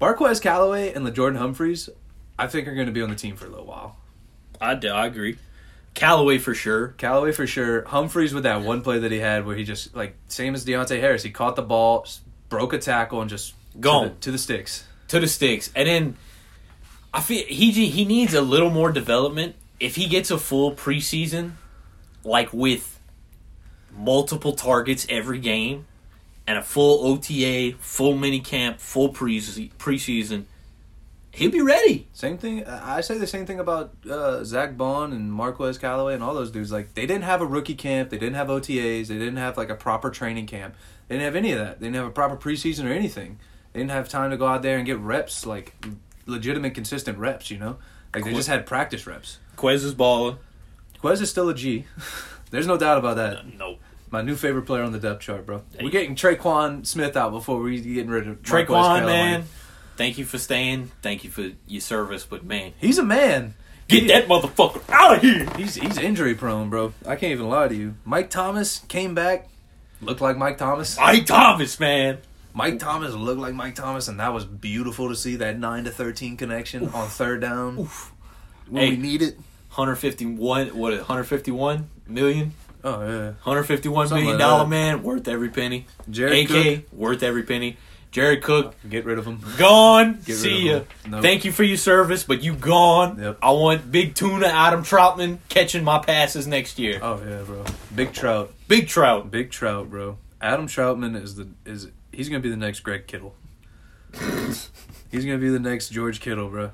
A: Marquez Callaway and LeJordan Humphreys, I think are gonna be on the team for a little while.
B: I, d- I agree. Callaway for sure.
A: Callaway for sure. Humphreys with that one play that he had where he just like same as Deontay Harris, he caught the ball, s- broke a tackle and just to
B: Gone.
A: the- to the sticks.
B: to the sticks, and then I feel he he needs a little more development. If he gets a full preseason, like with multiple targets every game, and a full OTA, full mini camp, full pre preseason, he'll be ready.
A: Same thing. uh, I I say the same thing about uh, Zach Bond and Marquez Callaway and all those dudes. Like they didn't have a rookie camp. They didn't have OTAs. They didn't have like a proper training camp. They didn't have any of that. They didn't have a proper preseason or anything. They didn't have time to go out there and get reps, like legitimate, consistent reps. You know, like they just had practice reps.
B: Quez is balling.
A: Quez is still a G. There's no doubt about that.
B: Nope.
A: My new favorite player on the depth chart, bro.
B: Hey.
A: We're getting Traquan Smith out before we getting rid of Marquez
B: Traquan,
A: Calamari.
B: man. Thank you for staying. Thank you for your service, but man,
A: He's a man.
B: get that motherfucker out of here.
A: He's he's injury prone, bro. I can't even lie to you. Mike Thomas came back, looked like Mike Thomas.
B: Mike Thomas, man.
A: Mike Thomas looked like Mike Thomas, and that was beautiful to see that nine to thirteen connection on third down when
B: Hey.
A: we need it.
B: 151 what 151 million
A: Oh yeah,
B: 151
A: Something
B: million
A: like
B: dollar
A: that.
B: man worth every penny
A: Jared
B: AK worth every penny Jared Cook
A: get rid of him.
B: gone
A: rid of
B: see ya
A: him. Nope.
B: thank you for your service but you gone
A: Yep.
B: I want big tuna Adam Troutman catching my passes next year
A: Oh yeah, bro. Big Trout,
B: big trout
A: Big Trout, bro. Adam Troutman is the is he's gonna be the next Greg Kittle. he's gonna be the next George Kittle, bro.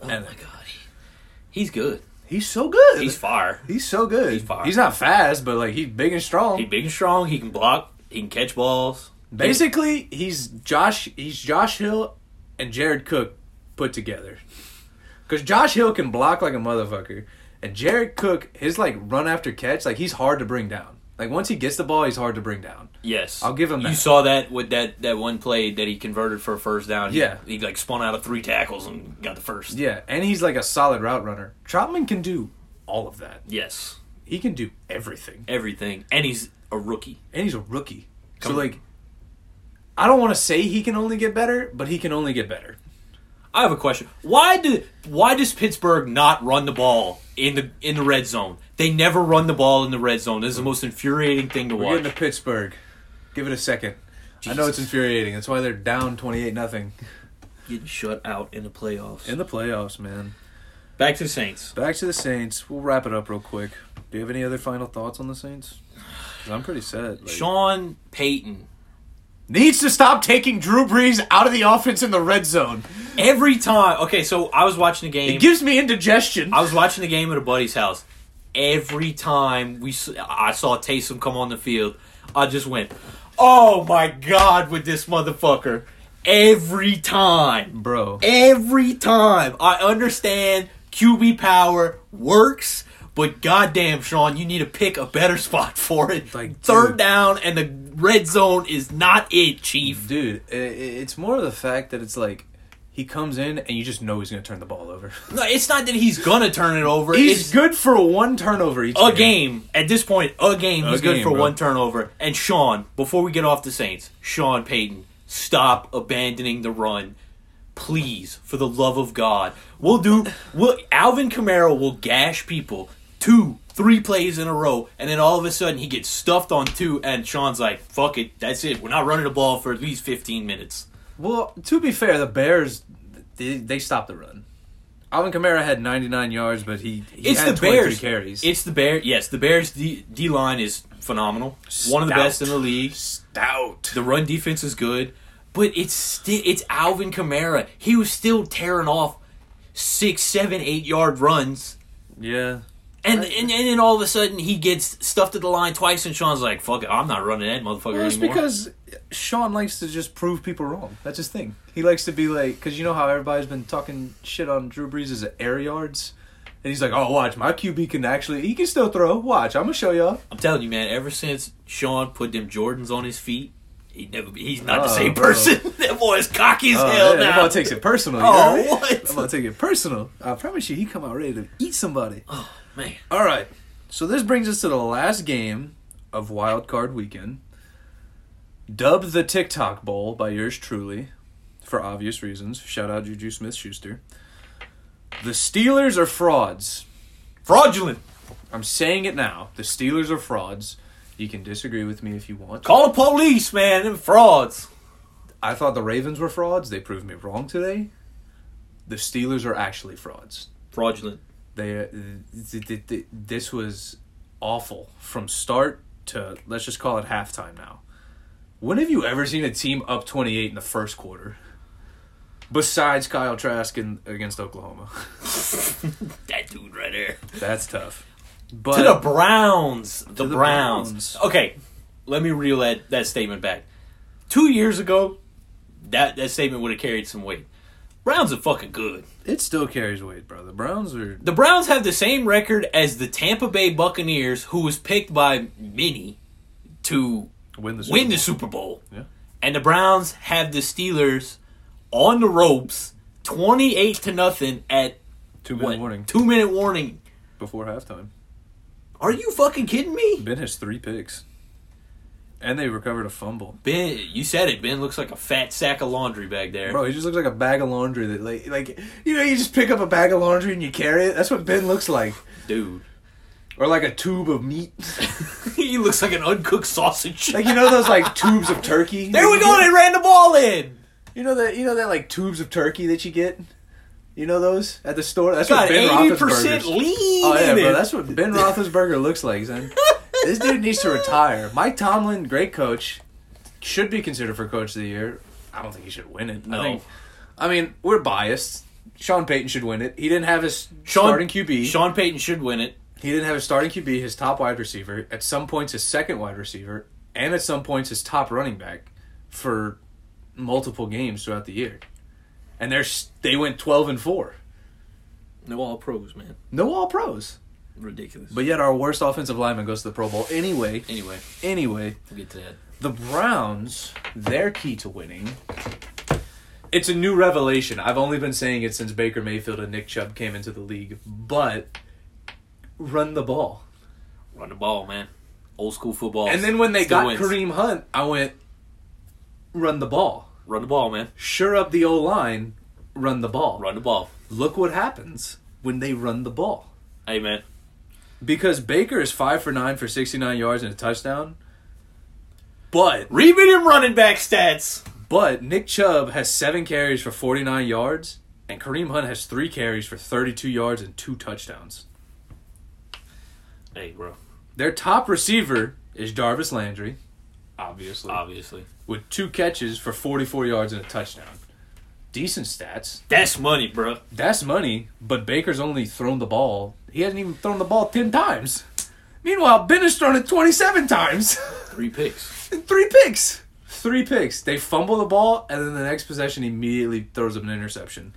B: oh
A: And-
B: my god he- he's good
A: He's so good.
B: he's
A: He's,
B: fire
A: so good.
B: He's fire.
A: He's not fast, but like he's big and strong.
B: he big and strong he can block he can catch balls
A: Basically, he's Josh. He's Josh Hill and Jared Cook put together. Because Josh Hill can block like a motherfucker, and Jared Cook, his like run after catch, like he's hard to bring down. Like once he gets the ball, he's hard to bring down.
B: Yes,
A: I'll give him
B: You
A: that.
B: saw that with that that one play that he converted for a first down. He-
A: Yeah.
B: he, like spun out of three tackles and got the first.
A: Yeah, and he's like a solid route runner. Troutman can do all of that.
B: Yes,
A: He can do everything,
B: everything, and he's a rookie.
A: and he's a rookie.
B: Come-
A: so like, I don't want to say he can only get better, but he can only get better.
B: I have a question. Why do why does Pittsburgh not run the ball in the in the red zone? They never run the ball in the red zone. This is the most infuriating thing to
A: We're
B: watch.
A: getting to Pittsburgh. Give it a second. I know it's infuriating. That's why they're down twenty eight nothing
B: Getting shut out in the playoffs.
A: in the playoffs, man.
B: Back to the Saints.
A: Back to the Saints. We'll wrap it up real quick. Do you have any other final thoughts on the Saints? 'Cause I'm pretty sad. like-
B: Sean Payton.
A: needs to stop taking Drew Brees out of the offense in the red zone.
B: Every time. Okay, so I was watching the game.
A: It gives me indigestion.
B: I was watching the game at a buddy's house. Every time we, s- I saw Taysom come on the field, I just went, "Oh my god!" With this motherfucker, every time,
A: Bro,
B: every time. I understand QB power works, but goddamn, Sean, you need to pick a better spot for it.
A: Like,
B: Third
A: dude.
B: down and the red zone is not it, Chief.
A: dude, i- i it's more of the fact that it's like he comes in and you just know he's going to turn the ball over.
B: No, it's not that he's gonna turn it over. it's,
A: He's good for one turnover each
B: a game at this point. A game
A: A
B: he's good
A: game,
B: for
A: bro.
B: one turnover. And Sean, before we get off the Saints, Sean Payton, stop abandoning the run, please, for the love of God. We'll do. We'll Alvin Kamara will gash people two, three plays in a row, and then all of a sudden he gets stuffed on two, and Sean's like, "Fuck it, that's it. We're not running the ball for at least fifteen minutes."
A: Well, to be fair, the Bears they, they stopped the run. Alvin Kamara had 99 yards, but he, he
B: it's
A: had
B: the
A: 23
B: Bears.
A: carries.
B: It's the Bears. Yes, the Bears D, D line is phenomenal. One of the
A: Stout.
B: best in the league.
A: stout.
B: The run defense is good, but it's sti- it's Alvin Kamara. He was still tearing off six, seven, eight yard runs,
A: Yeah,
B: and and, and then all of a sudden he gets stuffed at the line twice, and Sean's like, "Fuck it, I'm not running that motherfucker
A: well, it's
B: anymore."
A: because Sean likes to just prove people wrong. That's his thing. He likes to be like, because you know how everybody's been talking shit on Drew Brees' air yards, and he's like, "Oh, watch, my QB can actually, he can still throw. Watch, I'm gonna show y'all."
B: I'm telling you, man. Ever since Sean put them Jordans on his feet, he never be- he's not the
A: Oh,
B: same
A: bro.
B: person. that boy is cocky as
A: Oh,
B: hell
A: yeah,
B: now.
A: Lamar takes it personal. You
B: Oh,
A: know I mean?
B: what?
A: Lamar take it personal. I promise you, he come out ready to eat somebody.
B: oh man,
A: All right. So this brings us to the last game of Wild Card Weekend, dubbed the TikTok Bowl by yours truly, for obvious reasons. Shout out Juju Smith Schuster. The Steelers are frauds.
B: fraudulent.
A: I'm saying it now. The Steelers are frauds. You can disagree with me if you want.
B: Call the police, man. Them frauds.
A: I thought the Ravens were frauds. They proved me wrong today. The Steelers are actually frauds.
B: Fraudulent.
A: they uh, th- th- th- this was awful from start to let's just call it halftime now. When have you ever seen a team up 28 in the first quarter? Besides Kyle Trask in, against Oklahoma.
B: That dude right there.
A: That's tough. But
B: to the Browns. The,
A: the
B: Browns.
A: Browns.
B: Okay, let me reel that, that statement back. Two years ago, that, that statement would have carried some weight. Browns are fucking good.
A: it still carries weight, bro. The Browns are
B: The Browns have the same record as the Tampa Bay Buccaneers, who was picked by many to
A: Win the Super
B: win
A: Bowl.
B: the Super Bowl.
A: Yeah.
B: And the Browns have the Steelers on the ropes, twenty eight to nothing at
A: two minute
B: what
A: warning
B: two minute warning.
A: before halftime.
B: Are you fucking kidding me?
A: Ben has three picks, and they recovered a fumble.
B: Ben, you said it. Ben looks like a fat sack of laundry back there.
A: Bro, he just looks like a bag of laundry that like like you know you just pick up a bag of laundry and you carry it. That's what Ben looks like,
B: Dude,
A: or like a tube of meat.
B: he looks like an uncooked sausage.
A: like you know those like tubes of turkey.
B: there we go. They ran the ball in.
A: You know that you know that like tubes of turkey that you get. You know those at the store. That's
B: Got
A: what Ben
B: eighty
A: Roethlisberger.
B: percent lead.
A: Oh yeah,
B: in
A: bro.
B: it.
A: That's what Ben Roethlisberger looks like, son. this dude needs to retire. Mike Tomlin, great coach, should be considered for coach of the year. I don't think he should win it.
B: No.
A: I think. I mean, we're biased. Sean Payton should win it. He didn't have his
B: Sean-
A: starting QB.
B: Sean Payton should win it.
A: He didn't have his starting QB, his top wide receiver, at some points his second wide receiver, and at some points his top running back for multiple games throughout the year. And they're s- they went 12 and 4.
B: No all pros, man.
A: No all pros.
B: Ridiculous. But
A: But yet our worst offensive lineman goes to the Pro Bowl anyway.
B: anyway,
A: Anyway,
B: we'll get to that.
A: the Browns, their key to winning. It's a new revelation. I've only been saying it since Baker Mayfield and Nick Chubb came into the league, but run the ball.
B: Run the ball, man. Old school football.
A: And then when they
B: Still
A: got
B: wins.
A: Kareem Hunt, I went, run the ball.
B: run the ball, man.
A: Sure up the O line, run the ball.
B: Run the ball.
A: Look what happens when they run the ball.
B: Hey, man.
A: Because Baker is five for nine for sixty nine yards and a touchdown. But
B: Read him running back stats.
A: but Nick Chubb has seven carries for forty nine yards, and Kareem Hunt has three carries for thirty two yards and two touchdowns.
B: Hey, bro.
A: Their top receiver is Jarvis Landry, obviously.
B: Obviously,
A: with two catches for 44 yards and a touchdown. Decent stats.
B: that's money, bro.
A: That's money, but Baker's only thrown the ball. He hasn't even thrown the ball 10 times. Meanwhile, Ben has thrown it 27 times
B: Three picks.
A: and three picks. Three picks. They fumble the ball, and then the next possession immediately throws up an interception.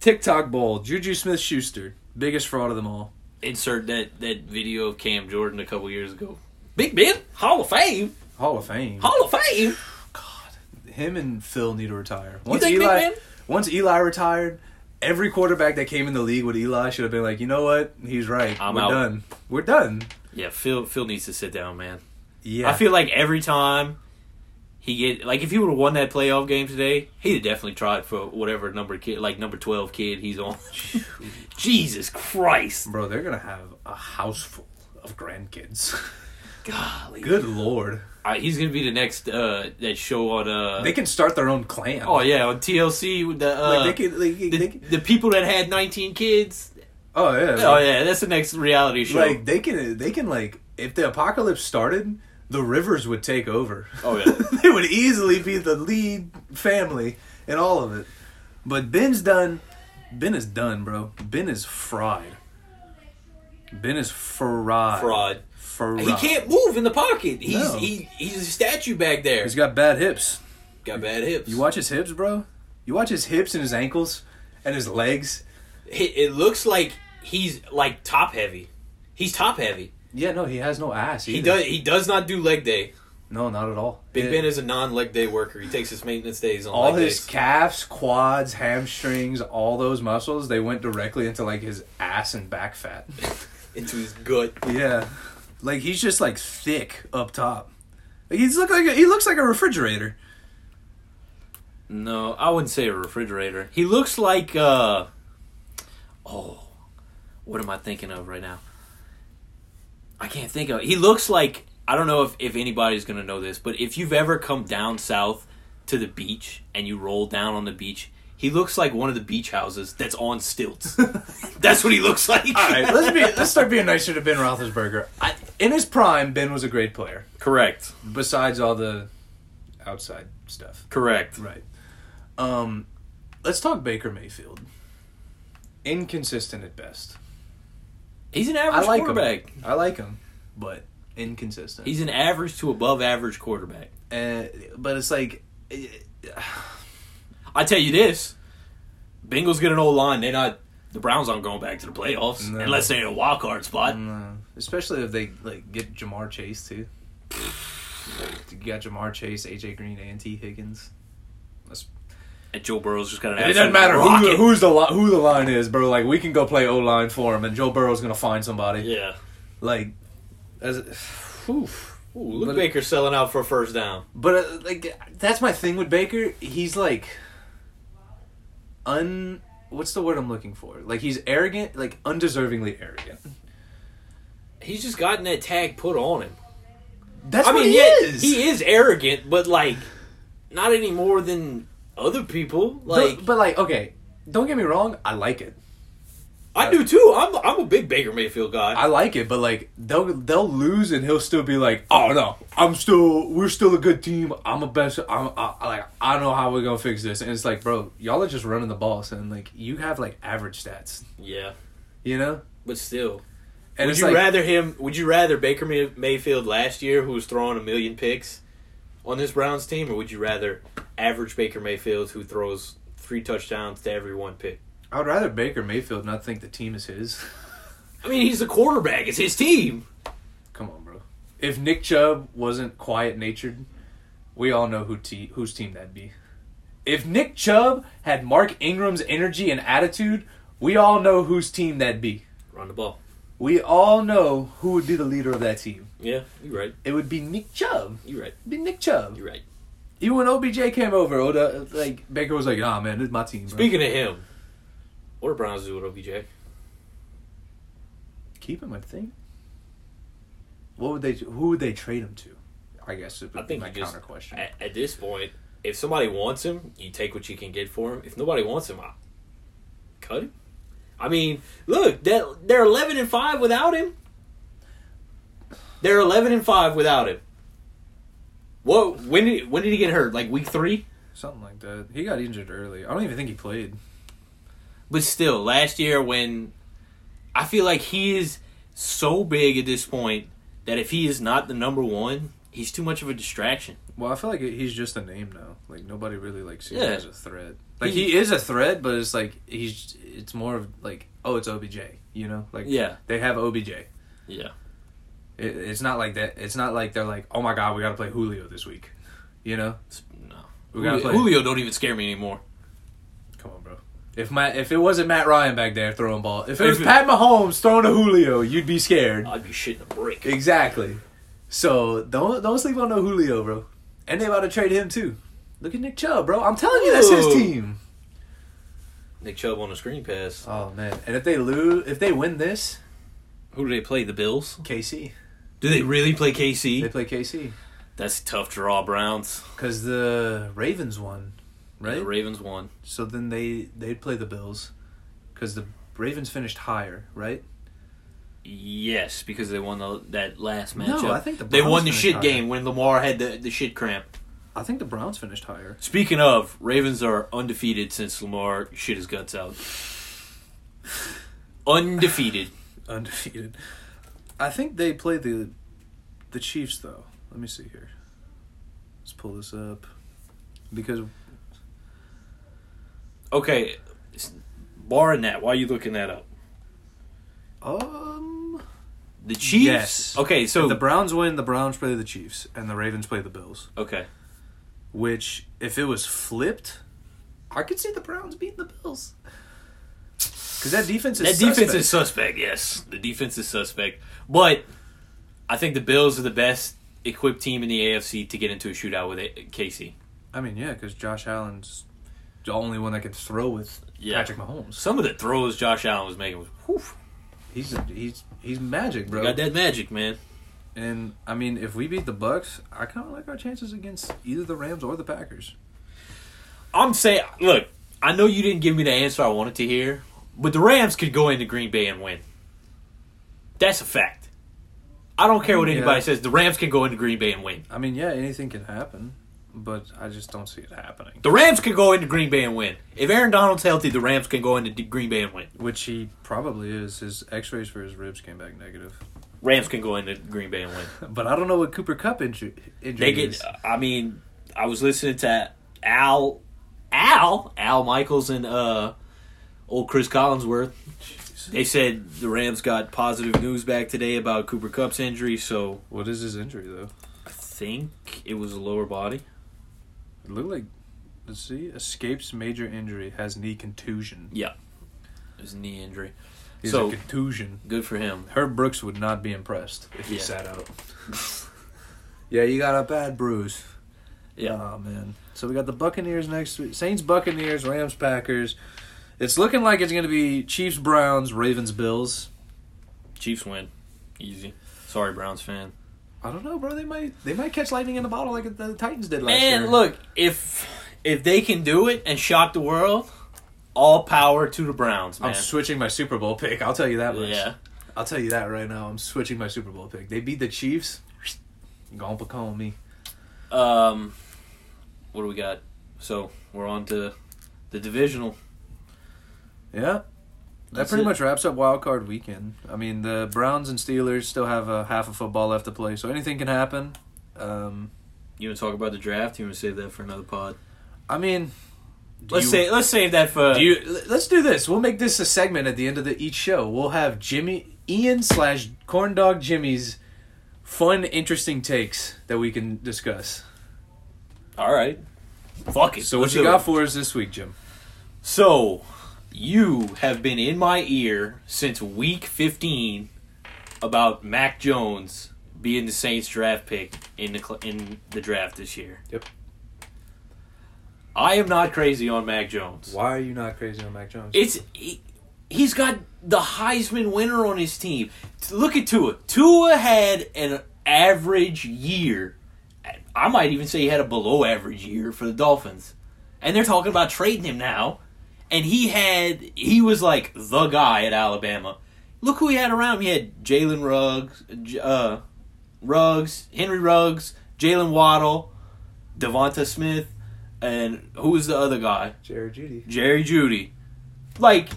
A: TikTok ball. Juju Smith Schuster. Biggest fraud of them all.
B: Insert that that video of Cam Jordan a couple years ago. Big Ben, Hall of Fame,
A: Hall of Fame.
B: Hall of Fame.
A: him and Phil need to retire. Once
B: think Big
A: Eli,
B: Ben?
A: once Eli retired, every quarterback that came in the league with Eli should have been like, you know what? He's right.
B: I'm
A: We're
B: out."
A: done. We're done.
B: Yeah, Phil. Phil needs to sit down, man.
A: Yeah.
B: I feel like every time he get like if he would have won that playoff game today, he'd have definitely tried for whatever number kid like number twelve kid he's on. Jesus Christ,
A: bro, they're gonna have a house full of grandkids.
B: golly,
A: Good lord.
B: I, he's gonna be the next uh that show on uh
A: They can start their own clan.
B: oh yeah on TLC with the uh,
A: like, they can, like,
B: the,
A: they can,
B: the people that had nineteen kids.
A: oh yeah.
B: Oh yeah, that's the next reality show.
A: Like they can they can like if the apocalypse started, the rivers would take over.
B: oh yeah,
A: they would easily be the lead family in all of it. But Ben's done. Ben is done, bro. Ben is fried. Ben is fried.
B: fraud.
A: Fried.
B: He can't move in the pocket. He's
A: No.
B: he, he's a statue back there.
A: He's got bad hips.
B: Got bad hips.
A: You watch his hips, bro. You watch his hips and his ankles and his legs.
B: it, it looks like he's like top heavy. He's top heavy.
A: Yeah, no, he has no ass.
B: He
A: either.
B: does he does not do leg day.
A: No, not at all.
B: Big
A: It-
B: Ben is a non leg day worker. He takes his maintenance days on
A: all
B: leg
A: his
B: days.
A: calves, quads, hamstrings, all those muscles. They went directly into like his ass and back fat.
B: into his gut.
A: Yeah, like he's just like thick up top. Like, he's look like a, he looks like a refrigerator.
B: No, I wouldn't say a refrigerator. He looks like uh oh what am I thinking of right now? I can't think of he looks like I don't know if, if anybody's gonna know this, but if you've ever come down south to the beach and you roll down on the beach, he looks like one of the beach houses that's on stilts. that's what he looks like.
A: All right, let's be let's start being nicer to Ben Roethlisberger. I, in his prime, Ben was a great player.
B: Correct.
A: Besides all the outside stuff,
B: Correct.
A: right? Um, let's talk Baker Mayfield. Inconsistent at best.
B: He's an
A: I
B: average
A: like
B: quarterback.
A: him. I like him, but inconsistent.
B: He's an average to above average quarterback.
A: uh, but it's like eh,
B: I tell you this, Bengals get an old line. They're not the Browns aren't going back to the playoffs
A: No. Mm.
B: unless they're in a wild card spot.
A: uh, especially if they like get Jamar Chase too. You got Jamar Chase, AJ Green, and T Higgins. That's-
B: And Joe Burrow's just got an.
A: it doesn't
B: absolute
A: matter who the,
B: rocket.
A: who's the li- who the line is, bro. Like we can go play O line for him, and Joe Burrow's gonna find somebody.
B: Yeah.
A: Like, as oof.
B: Ooh, Luke
A: But-
B: Baker selling out for a first down.
A: But uh, like that's my thing with Baker. He's like un what's the word I'm looking for? Like he's arrogant, like undeservingly arrogant.
B: He's just gotten that tag put on him.
A: That's
B: I
A: what
B: mean,
A: he
B: yeah,
A: is.
B: he is arrogant, but like not any more than other people. Like
A: but, but like okay, don't get me wrong, I like it.
B: I do too. I'm I'm a big Baker Mayfield guy.
A: I like it, but like they'll they'll lose and he'll still be like, "Oh no, I'm still we're still a good team. I'm a best. I'm I, I- like I know how we're gonna fix this." And it's like, bro, y'all are just running the ball, son. Like you have like average stats,
B: yeah,
A: you know.
B: but still,
A: And
B: would
A: it's
B: you
A: like,
B: rather him? Would you rather Baker May- Mayfield last year, who was throwing a million picks on this Browns team, or would you rather average Baker Mayfield, who throws three touchdowns to every one pick?
A: I would rather Baker Mayfield not think the team is his.
B: I mean, he's the quarterback. It's his team.
A: Come on, bro. If Nick Chubb wasn't quiet natured, we all know who te- whose team that'd be. If Nick Chubb had Mark Ingram's energy and attitude, we all know whose team that'd be.
B: Run the ball.
A: We all know who would be the leader of that team.
B: Yeah, you're right.
A: It would be Nick Chubb.
B: You're right.
A: It'd be Nick Chubb.
B: You're right.
A: Even when OBJ came over, Oda, like Baker was like, "Ah, man, this is my team." Bro.
B: Speaking of him, what do Browns do with OBJ?
A: keep him, I think. What would they? Who would they trade him to? I guess would be
B: I think
A: my
B: you just-
A: counter question.
B: At, at this point, if somebody wants him, you take what you can get for him. If nobody wants him, I cut him. I mean, look, that they're eleven and five without him. They're eleven and five without him. What? When did when did he get hurt? Like week three?
A: Something like that. He got injured early. I don't even think he played.
B: But still, last year when I feel like he is so big at this point that if he is not the number one, he's too much of a distraction.
A: Well, I feel like he's just a name now. Like nobody really like sees him
B: Yeah.
A: as a threat. Like he is a threat, but it's like he's. It's more of like oh, it's OBJ. You know, like
B: Yeah.
A: they have OBJ. It,
B: Yeah.
A: it's not like that. It's not like they're like oh my god, we got to play Julio this week. You know,
B: No.
A: we got to
B: Julio-
A: play.
B: Julio don't even scare me anymore.
A: Come on, bro. If my if it wasn't Matt Ryan back there throwing ball, if it
B: If
A: was
B: it-
A: Pat Mahomes throwing to Julio, you'd be scared.
B: I'd be shitting a brick.
A: Exactly. So don't don't sleep on no Julio, bro. And they about to trade him too. Look at Nick Chubb, bro. I'm telling you, that's his
B: Ooh.
A: team.
B: Nick Chubb on a screen pass.
A: Oh man! And if they lose, if they win this,
B: Who do they play? The Bills?
A: KC.
B: Do they really play
A: They
B: KC?
A: play KC
B: That's a tough draw, Browns.
A: because the Ravens won, right?
B: The Ravens won.
A: so then they they'd play the Bills because the Ravens finished higher, right?
B: Yes, because they won the, that last matchup.
A: I think the
B: they
A: Browns
B: won the
A: finished
B: shit
A: higher.
B: game when Lamar had the, the shit cramp.
A: I think the Browns finished higher.
B: Speaking of, Ravens are undefeated since Lamar shit his guts out. undefeated.
A: undefeated. I think they play the the Chiefs though. Let me see here. Let's pull this up because
B: Okay, s- barring that, why are you looking that up?
A: um
B: The Chiefs.
A: Yes.
B: Okay, so
A: if the Browns win, the Browns play the Chiefs and the Ravens play the Bills.
B: okay,
A: Which if it was flipped, I could see the Browns beating the Bills. Cuz that defense is
B: that defense
A: suspect.
B: is suspect. Yes, the defense is suspect, but I think the Bills are the best equipped team in the AFC to get into a shootout with A- KC.
A: I mean, yeah, cuz Josh Allen's the only one that could throw with
B: Yeah.
A: Patrick Mahomes.
B: Some of the throws Josh Allen was making was whew,
A: He's he's he's magic, bro.
B: got that magic, man.
A: And I mean, if we beat the Bucks, I kind of like our chances against either the Rams or the Packers.
B: I'm saying, look, I know you didn't give me the answer I wanted to hear, but the Rams could go into Green Bay and win. That's a fact. I don't care what anybody
A: Yeah.
B: says. The Rams can go into Green Bay and win.
A: I mean, yeah, anything can happen, but I just don't see it happening.
B: The Rams can go into Green Bay and win. If Aaron Donald's healthy, the Rams can go into D- Green Bay and win.
A: Which he probably is. His X-rays for his ribs came back negative,
B: Rams can go into Green Bay and win.
A: but I don't know what Cooper Cup injury injury
B: They get.
A: is.
B: I mean, I was listening to Al, Al, Al Michaels and uh, old Chris Collinsworth. They said the Rams got positive news back today about Cooper Cup's injury, so
A: What is his injury though?
B: think it was a lower body.
A: It looked like, let's see, escapes major injury, has knee contusion.
B: It was a knee injury.
A: He's
B: So-
A: a contusion.
B: Good for him.
A: Herb Brooks would not be impressed if he
B: Yeah.
A: sat out. yeah, you got a bad bruise.
B: Yeah.
A: Oh man. So we got the Buccaneers next week. Saints, Buccaneers, Rams, Packers. It's looking like it's gonna be Chiefs, Browns, Ravens, Bills.
B: Chiefs win. Easy. Sorry, Browns fan.
A: I don't know, bro. They might they might catch lightning in the bottle like the Titans did last year.
B: Man, look, if if they can do it and shock the world, all power to the Browns,
A: I'm
B: man.
A: switching my Super Bowl pick. I'll tell you that much.
B: yeah.
A: I'll tell you that right now. I'm switching my Super Bowl pick. They beat the Chiefs. Gone Pacone me.
B: Um, what do we got? So we're on to the divisional.
A: Yeah. That
B: That's
A: pretty
B: it.
A: much wraps up wild card weekend. I mean, the Browns and Steelers still have a half of football left to play, so anything can happen. Um,
B: You want to talk about the draft? You want to save that for another pod?
A: I mean, do
B: Let's
A: you-
B: say let's save that for.
A: Do you, l- let's do this. We'll make this a segment at the end of the each show. We'll have Jimmy Ian slash Corn Dog Jimmy's fun, interesting takes that we can discuss.
B: all right. Fuck it.
A: So what
B: Let's
A: you
B: do
A: got
B: it.
A: for us this week, Jim?
B: So you have been in my ear since week fifteen about Mac Jones being the Saints draft pick in the cl- in the draft this year.
A: Yep.
B: I am not crazy on Mac Jones.
A: Why are you not crazy on Mac Jones?
B: It's he, he's got the Heisman winner on his team. Look at Tua. Tua had an average year. I might even say he had a below average year for the Dolphins. And they're talking about trading him now. And he had he was like the guy at Alabama. Look who he had around. him. He had Jalen Ruggs, J- uh, Ruggs, Henry Ruggs, Jalen Waddle, Devonta Smith, and who was the other guy?
A: Jared Judy.
B: Jerry Judy. Like,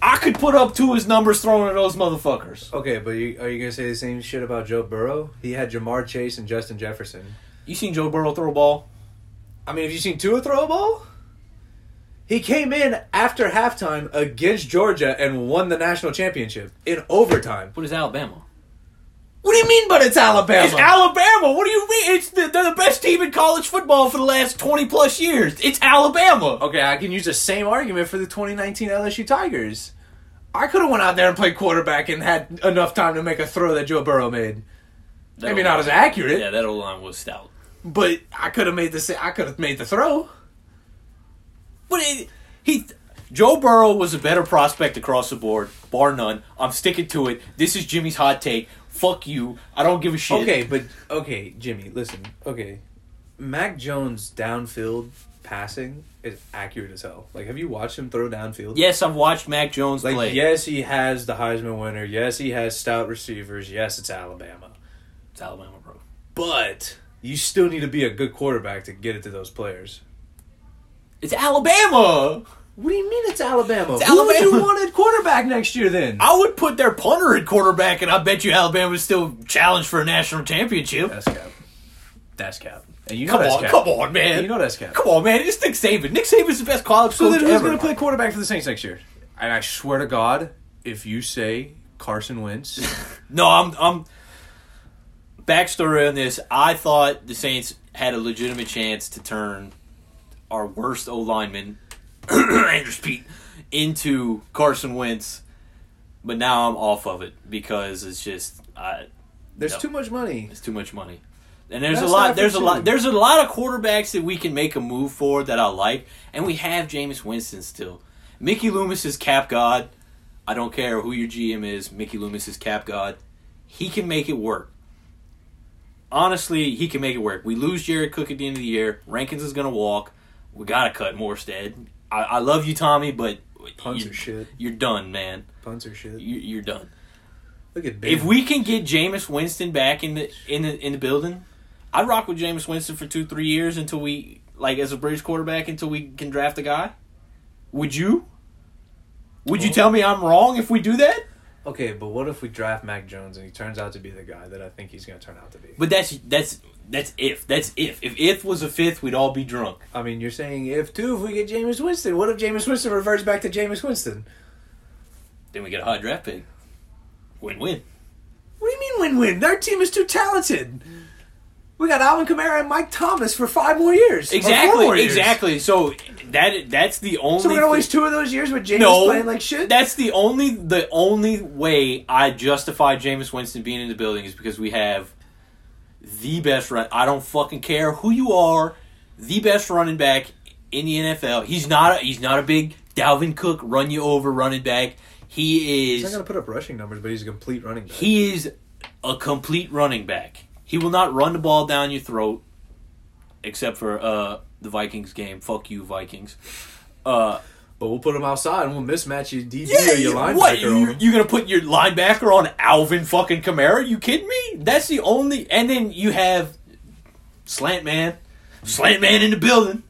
B: I could put up two his numbers throwing at those motherfuckers.
A: Okay, but you, are you gonna say the same shit about Joe Burrow? He had Jamar Chase and Justin Jefferson.
B: You seen Joe Burrow throw a ball?
A: I mean, have you seen Tua throw a ball? He came in after halftime against Georgia and won the national championship in overtime.
B: What is Alabama?
A: What do you mean? But it's Alabama.
B: It's Alabama. What do you mean? It's the, they're the best team in college football for the last twenty plus years. It's Alabama.
A: Okay, I can use the same argument for the 2019 LSU Tigers. I could have went out there and played quarterback and had enough time to make a throw that Joe Burrow made. Maybe not as accurate,
B: Yeah, that old line was stout.
A: but I could have made the sa- I could have made the throw.
B: But it, he, Joe Burrow was a better prospect across the board, bar none. I'm sticking to it. This is Jimmy's hot take. Fuck you. I don't give a shit.
A: Okay, but okay, Jimmy, listen. Okay, Mac Jones downfield passing is accurate as hell. Like, have you watched him throw downfield?
B: Yes, I've watched Mac Jones
A: Like,
B: play.
A: yes, he has the Heisman winner. Yes, he has stout receivers. Yes, it's Alabama.
B: It's Alabama, bro.
A: But you still need to be a good quarterback to get it to those players.
B: It's Alabama.
A: What do you mean it's Alabama?
B: It's
A: Who would
B: Alabama.
A: you want at quarterback next year then?
B: I would put their punter at quarterback, and I bet you Alabama's still challenged for a national championship.
A: That's cap. That's cap. And you know
B: come
A: that's
B: on,
A: cap.
B: come on, man.
A: You know that's cap.
B: Come on, man. It's Nick Saban. Nick Saban's the best college
A: So then
B: coach
A: who's
B: ever.
A: going to play quarterback for the Saints next year? And I swear to God, if you say Carson Wentz,
B: No, I'm. I'm. Backstory on this: I thought the Saints had a legitimate chance to turn our worst O lineman, Andrews Pete, into Carson Wentz, but now I'm off of it because it's just I.
A: there's
B: No.
A: too much money.
B: It's too much money. And there's
A: That's
B: a lot.
A: not
B: There's a lot.
A: pursued.
B: There's a lot of quarterbacks that we can make a move for that I like, and we have Jameis Winston still. Mickey Loomis is cap god. I don't care who your GM is. Mickey Loomis is cap god. He can make it work. Honestly, he can make it work. We lose Jared Cook at the end of the year. Rankins is gonna walk. We gotta cut Morstead. I, I love you, Tommy, but
A: Punts
B: you-
A: are shit.
B: You're done, man.
A: Punts are shit.
B: You, you're done.
A: Look at Ben.
B: If we can get Jameis Winston back in the in the in the building, I'd rock with Jameis Winston for two three years until we like as a bridge quarterback until we can draft a guy. Would you? Would you
A: Well-
B: tell me I'm wrong if we do that?
A: okay, but what if we draft Mac Jones and he turns out to be the guy that I think he's going to turn out to be?
B: But that's that's that's if that's if if if was a fifth, we'd all be drunk.
A: I mean, you're saying if too, if we get Jameis Winston, what if Jameis Winston reverts back to Jameis Winston?
B: Then we get a high draft pick. Win win.
A: What do you mean win-win? Their team is too talented. we got Alvin Kamara and Mike Thomas for five more years. or four
B: Exactly,
A: more years.
B: exactly. So that that's the only.
A: So we're gonna
B: thi-
A: waste two of those years with James
B: no,
A: playing like shit.
B: That's the only the only way I justify Jameis Winston being in the building is because we have the best run. I don't fucking care who you are, the best running back in the NFL. He's not a, he's not a big Dalvin Cook run you over running back. He
A: he's not
B: is
A: gonna put up rushing numbers, but he's a complete running back.
B: he is a complete running back. He will not run the ball down your throat, except for uh, the Vikings game. Fuck you, Vikings. Uh,
A: but we'll put him outside and we'll mismatch your DB
B: yeah,
A: or your linebacker
B: what?
A: on
B: You,
A: him.
B: you gonna put your linebacker on Alvin fucking Kamara? You kidding me? That's the only. And then you have slant man, slant man in the building.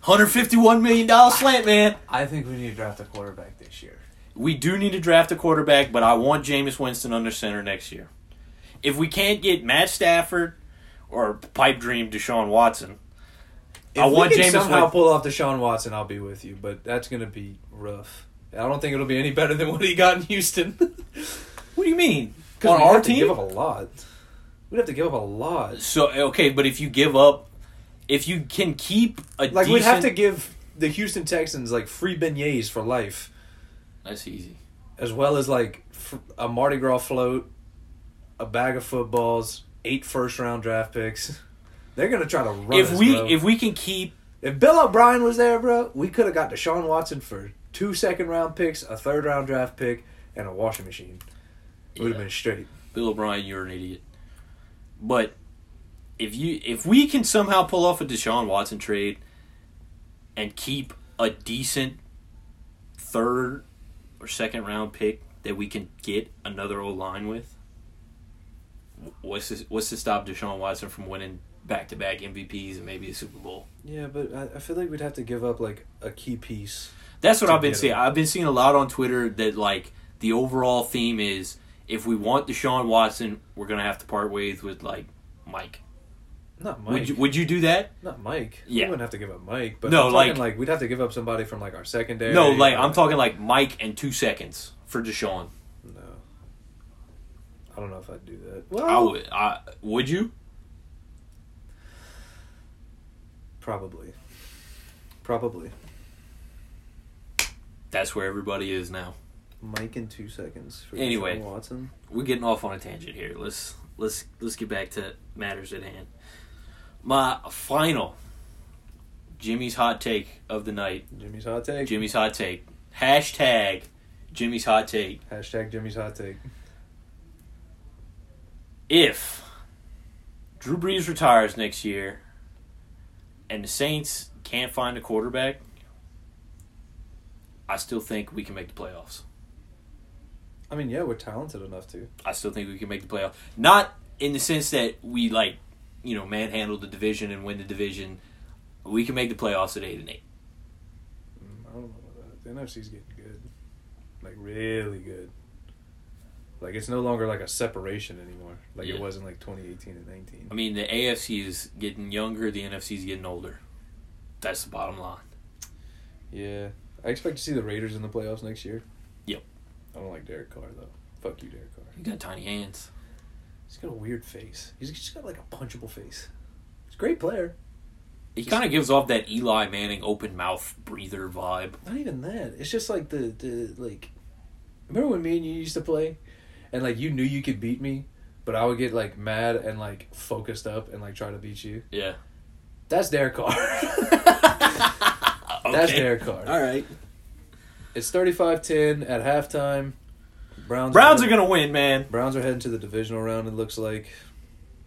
B: Hundred fifty one million dollar slant man.
A: I think we need to draft a quarterback this year.
B: We do need to draft a quarterback, but I want Jameis Winston under center next year. If we can't get Matt Stafford or pipe dream Deshaun Watson,
A: If
B: I
A: we
B: want
A: can
B: Jameis
A: somehow
B: Win-
A: pull off Deshaun Watson, I'll be with you. But that's gonna be rough. I don't think it'll be any better than what he got in Houston.
B: what do you mean?
A: we'd
B: On our
A: have to give
B: team?
A: up a lot. We'd have to give up a lot.
B: So okay, but if you give up, if you can keep a
A: Like we'd have to
B: decent-
A: give the Houston Texans like free beignets for life,
B: that's easy.
A: as well as like fr- a Mardi Gras float, a bag of footballs, eight first round draft picks. They're gonna try to run.
B: if
A: us,
B: we
A: bro.
B: if we can keep
A: If Bill O'Brien was there, bro, we could have got Deshaun Watson for two second round picks, a third round draft pick, and a washing machine. It would have
B: Yeah.
A: been straight.
B: Bill O'Brien, you're an idiot. But if you if we can somehow pull off a Deshaun Watson trade and keep a decent third or second round pick that we can get another O line with, what's this, what's to stop Deshaun Watson from winning back to back MVPs and maybe a Super Bowl?
A: Yeah, but I, I feel like we'd have to give up like a key piece.
B: That's what
A: to
B: I've been
A: get
B: seeing. I've been seeing a lot on Twitter that like the overall theme is if we want Deshaun Watson, we're gonna have to part ways with like Mike.
A: Not Mike.
B: Would you would you do that?
A: Not Mike.
B: Yeah.
A: We wouldn't have to give up Mike, but
B: No,
A: I'm talking,
B: like-
A: like, we'd have to give up somebody from like our secondary.
B: No, like I'm
A: or-
B: talking like Mike and two seconds for Deshaun.
A: No. I don't know if I'd do that. Well,
B: I would. I would you?
A: probably. Probably.
B: That's where everybody is now.
A: Mike in two seconds. For
B: Anyway.
A: Deshaun Watson.
B: We're getting off on a tangent here. Let's let's let's get back to matters at hand. My final Jimmy's hot take of the night.
A: Jimmy's hot take.
B: Jimmy's hot take. Hashtag Jimmy's hot take.
A: Hashtag Jimmy's hot take.
B: if Drew Brees retires next year and the Saints can't find a quarterback, I still think we can make the playoffs.
A: I mean, yeah, we're talented enough to.
B: I still think we can make the playoffs. Not in the sense that we like, you know, manhandle the division and win the division. We can make the playoffs at eight and eight.
A: Mm, I don't know about that. The NFC's getting good. Like, really good. Like, it's no longer like a separation anymore. Like,
B: Yeah.
A: it wasn't like 2018 and 19.
B: I mean, the AFC is getting younger, the NFC is getting older. That's the bottom line.
A: Yeah. I expect to see the Raiders in the playoffs next year.
B: Yep.
A: I don't like Derek Carr, though. Fuck you, Derek Carr.
B: You got tiny hands.
A: He's got a weird face. He's just got like a punchable face. He's a great player.
B: He kind of gives off that Eli Manning open mouth breather vibe.
A: Not even that. It's just like the, the like. Remember when me and you used to play? And like, you knew you could beat me, but I would get like mad and like focused up and like try to beat you?
B: Yeah.
A: That's Derek Carr. That's Derek Carr.
B: right.
A: It's 35-10 at halftime. Browns
B: Browns are going to win, man.
A: Browns are heading to the divisional round. It looks like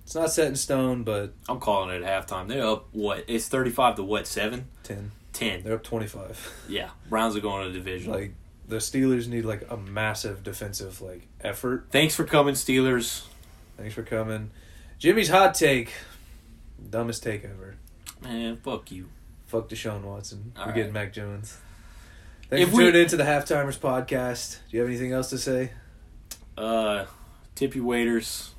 A: it's not set in stone, but
B: I'm calling it at halftime. They're up, what? It's 35 to what? 7?
A: ten.
B: 10.
A: They're up twenty-five.
B: Yeah. Browns are going to the division.
A: Like the Steelers need like a massive defensive like effort.
B: Thanks for coming, Steelers.
A: Thanks for coming, Jimmy's hot take. Dumbest take ever.
B: Man, fuck you.
A: Fuck Deshaun Watson.
B: All
A: We're
B: right.
A: getting Mac Jones. Thanks
B: If
A: for
B: we-
A: tuning in to the Halftimers podcast. Do you have anything else to say?
B: Uh, tip your waiters.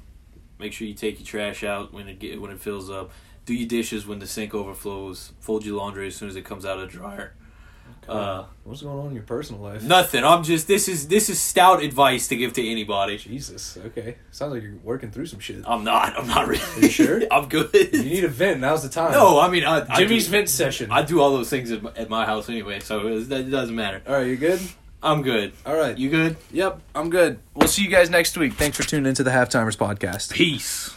B: Make sure you take your trash out when it get, when it fills up. Do your dishes when the sink overflows. Fold your laundry as soon as it comes out of the dryer. Uh,
A: What's going on in your personal life?
B: nothing. I'm just this is this is stout advice to give to anybody.
A: Jesus. Okay. Sounds like you're working through some shit.
B: I'm not. I'm not really.
A: you sure?
B: I'm good.
A: you need a vent. Now's the time.
B: no, I mean, I, I do-
A: Uh, Jimmy's vent session.
B: I do all those things at my, at my house anyway, so it, it doesn't matter.
A: All right. You good?
B: I'm good.
A: All right.
B: You good?
A: yep. I'm good. We'll see you guys next week. Thanks for tuning into the Halftimers podcast.
B: Peace.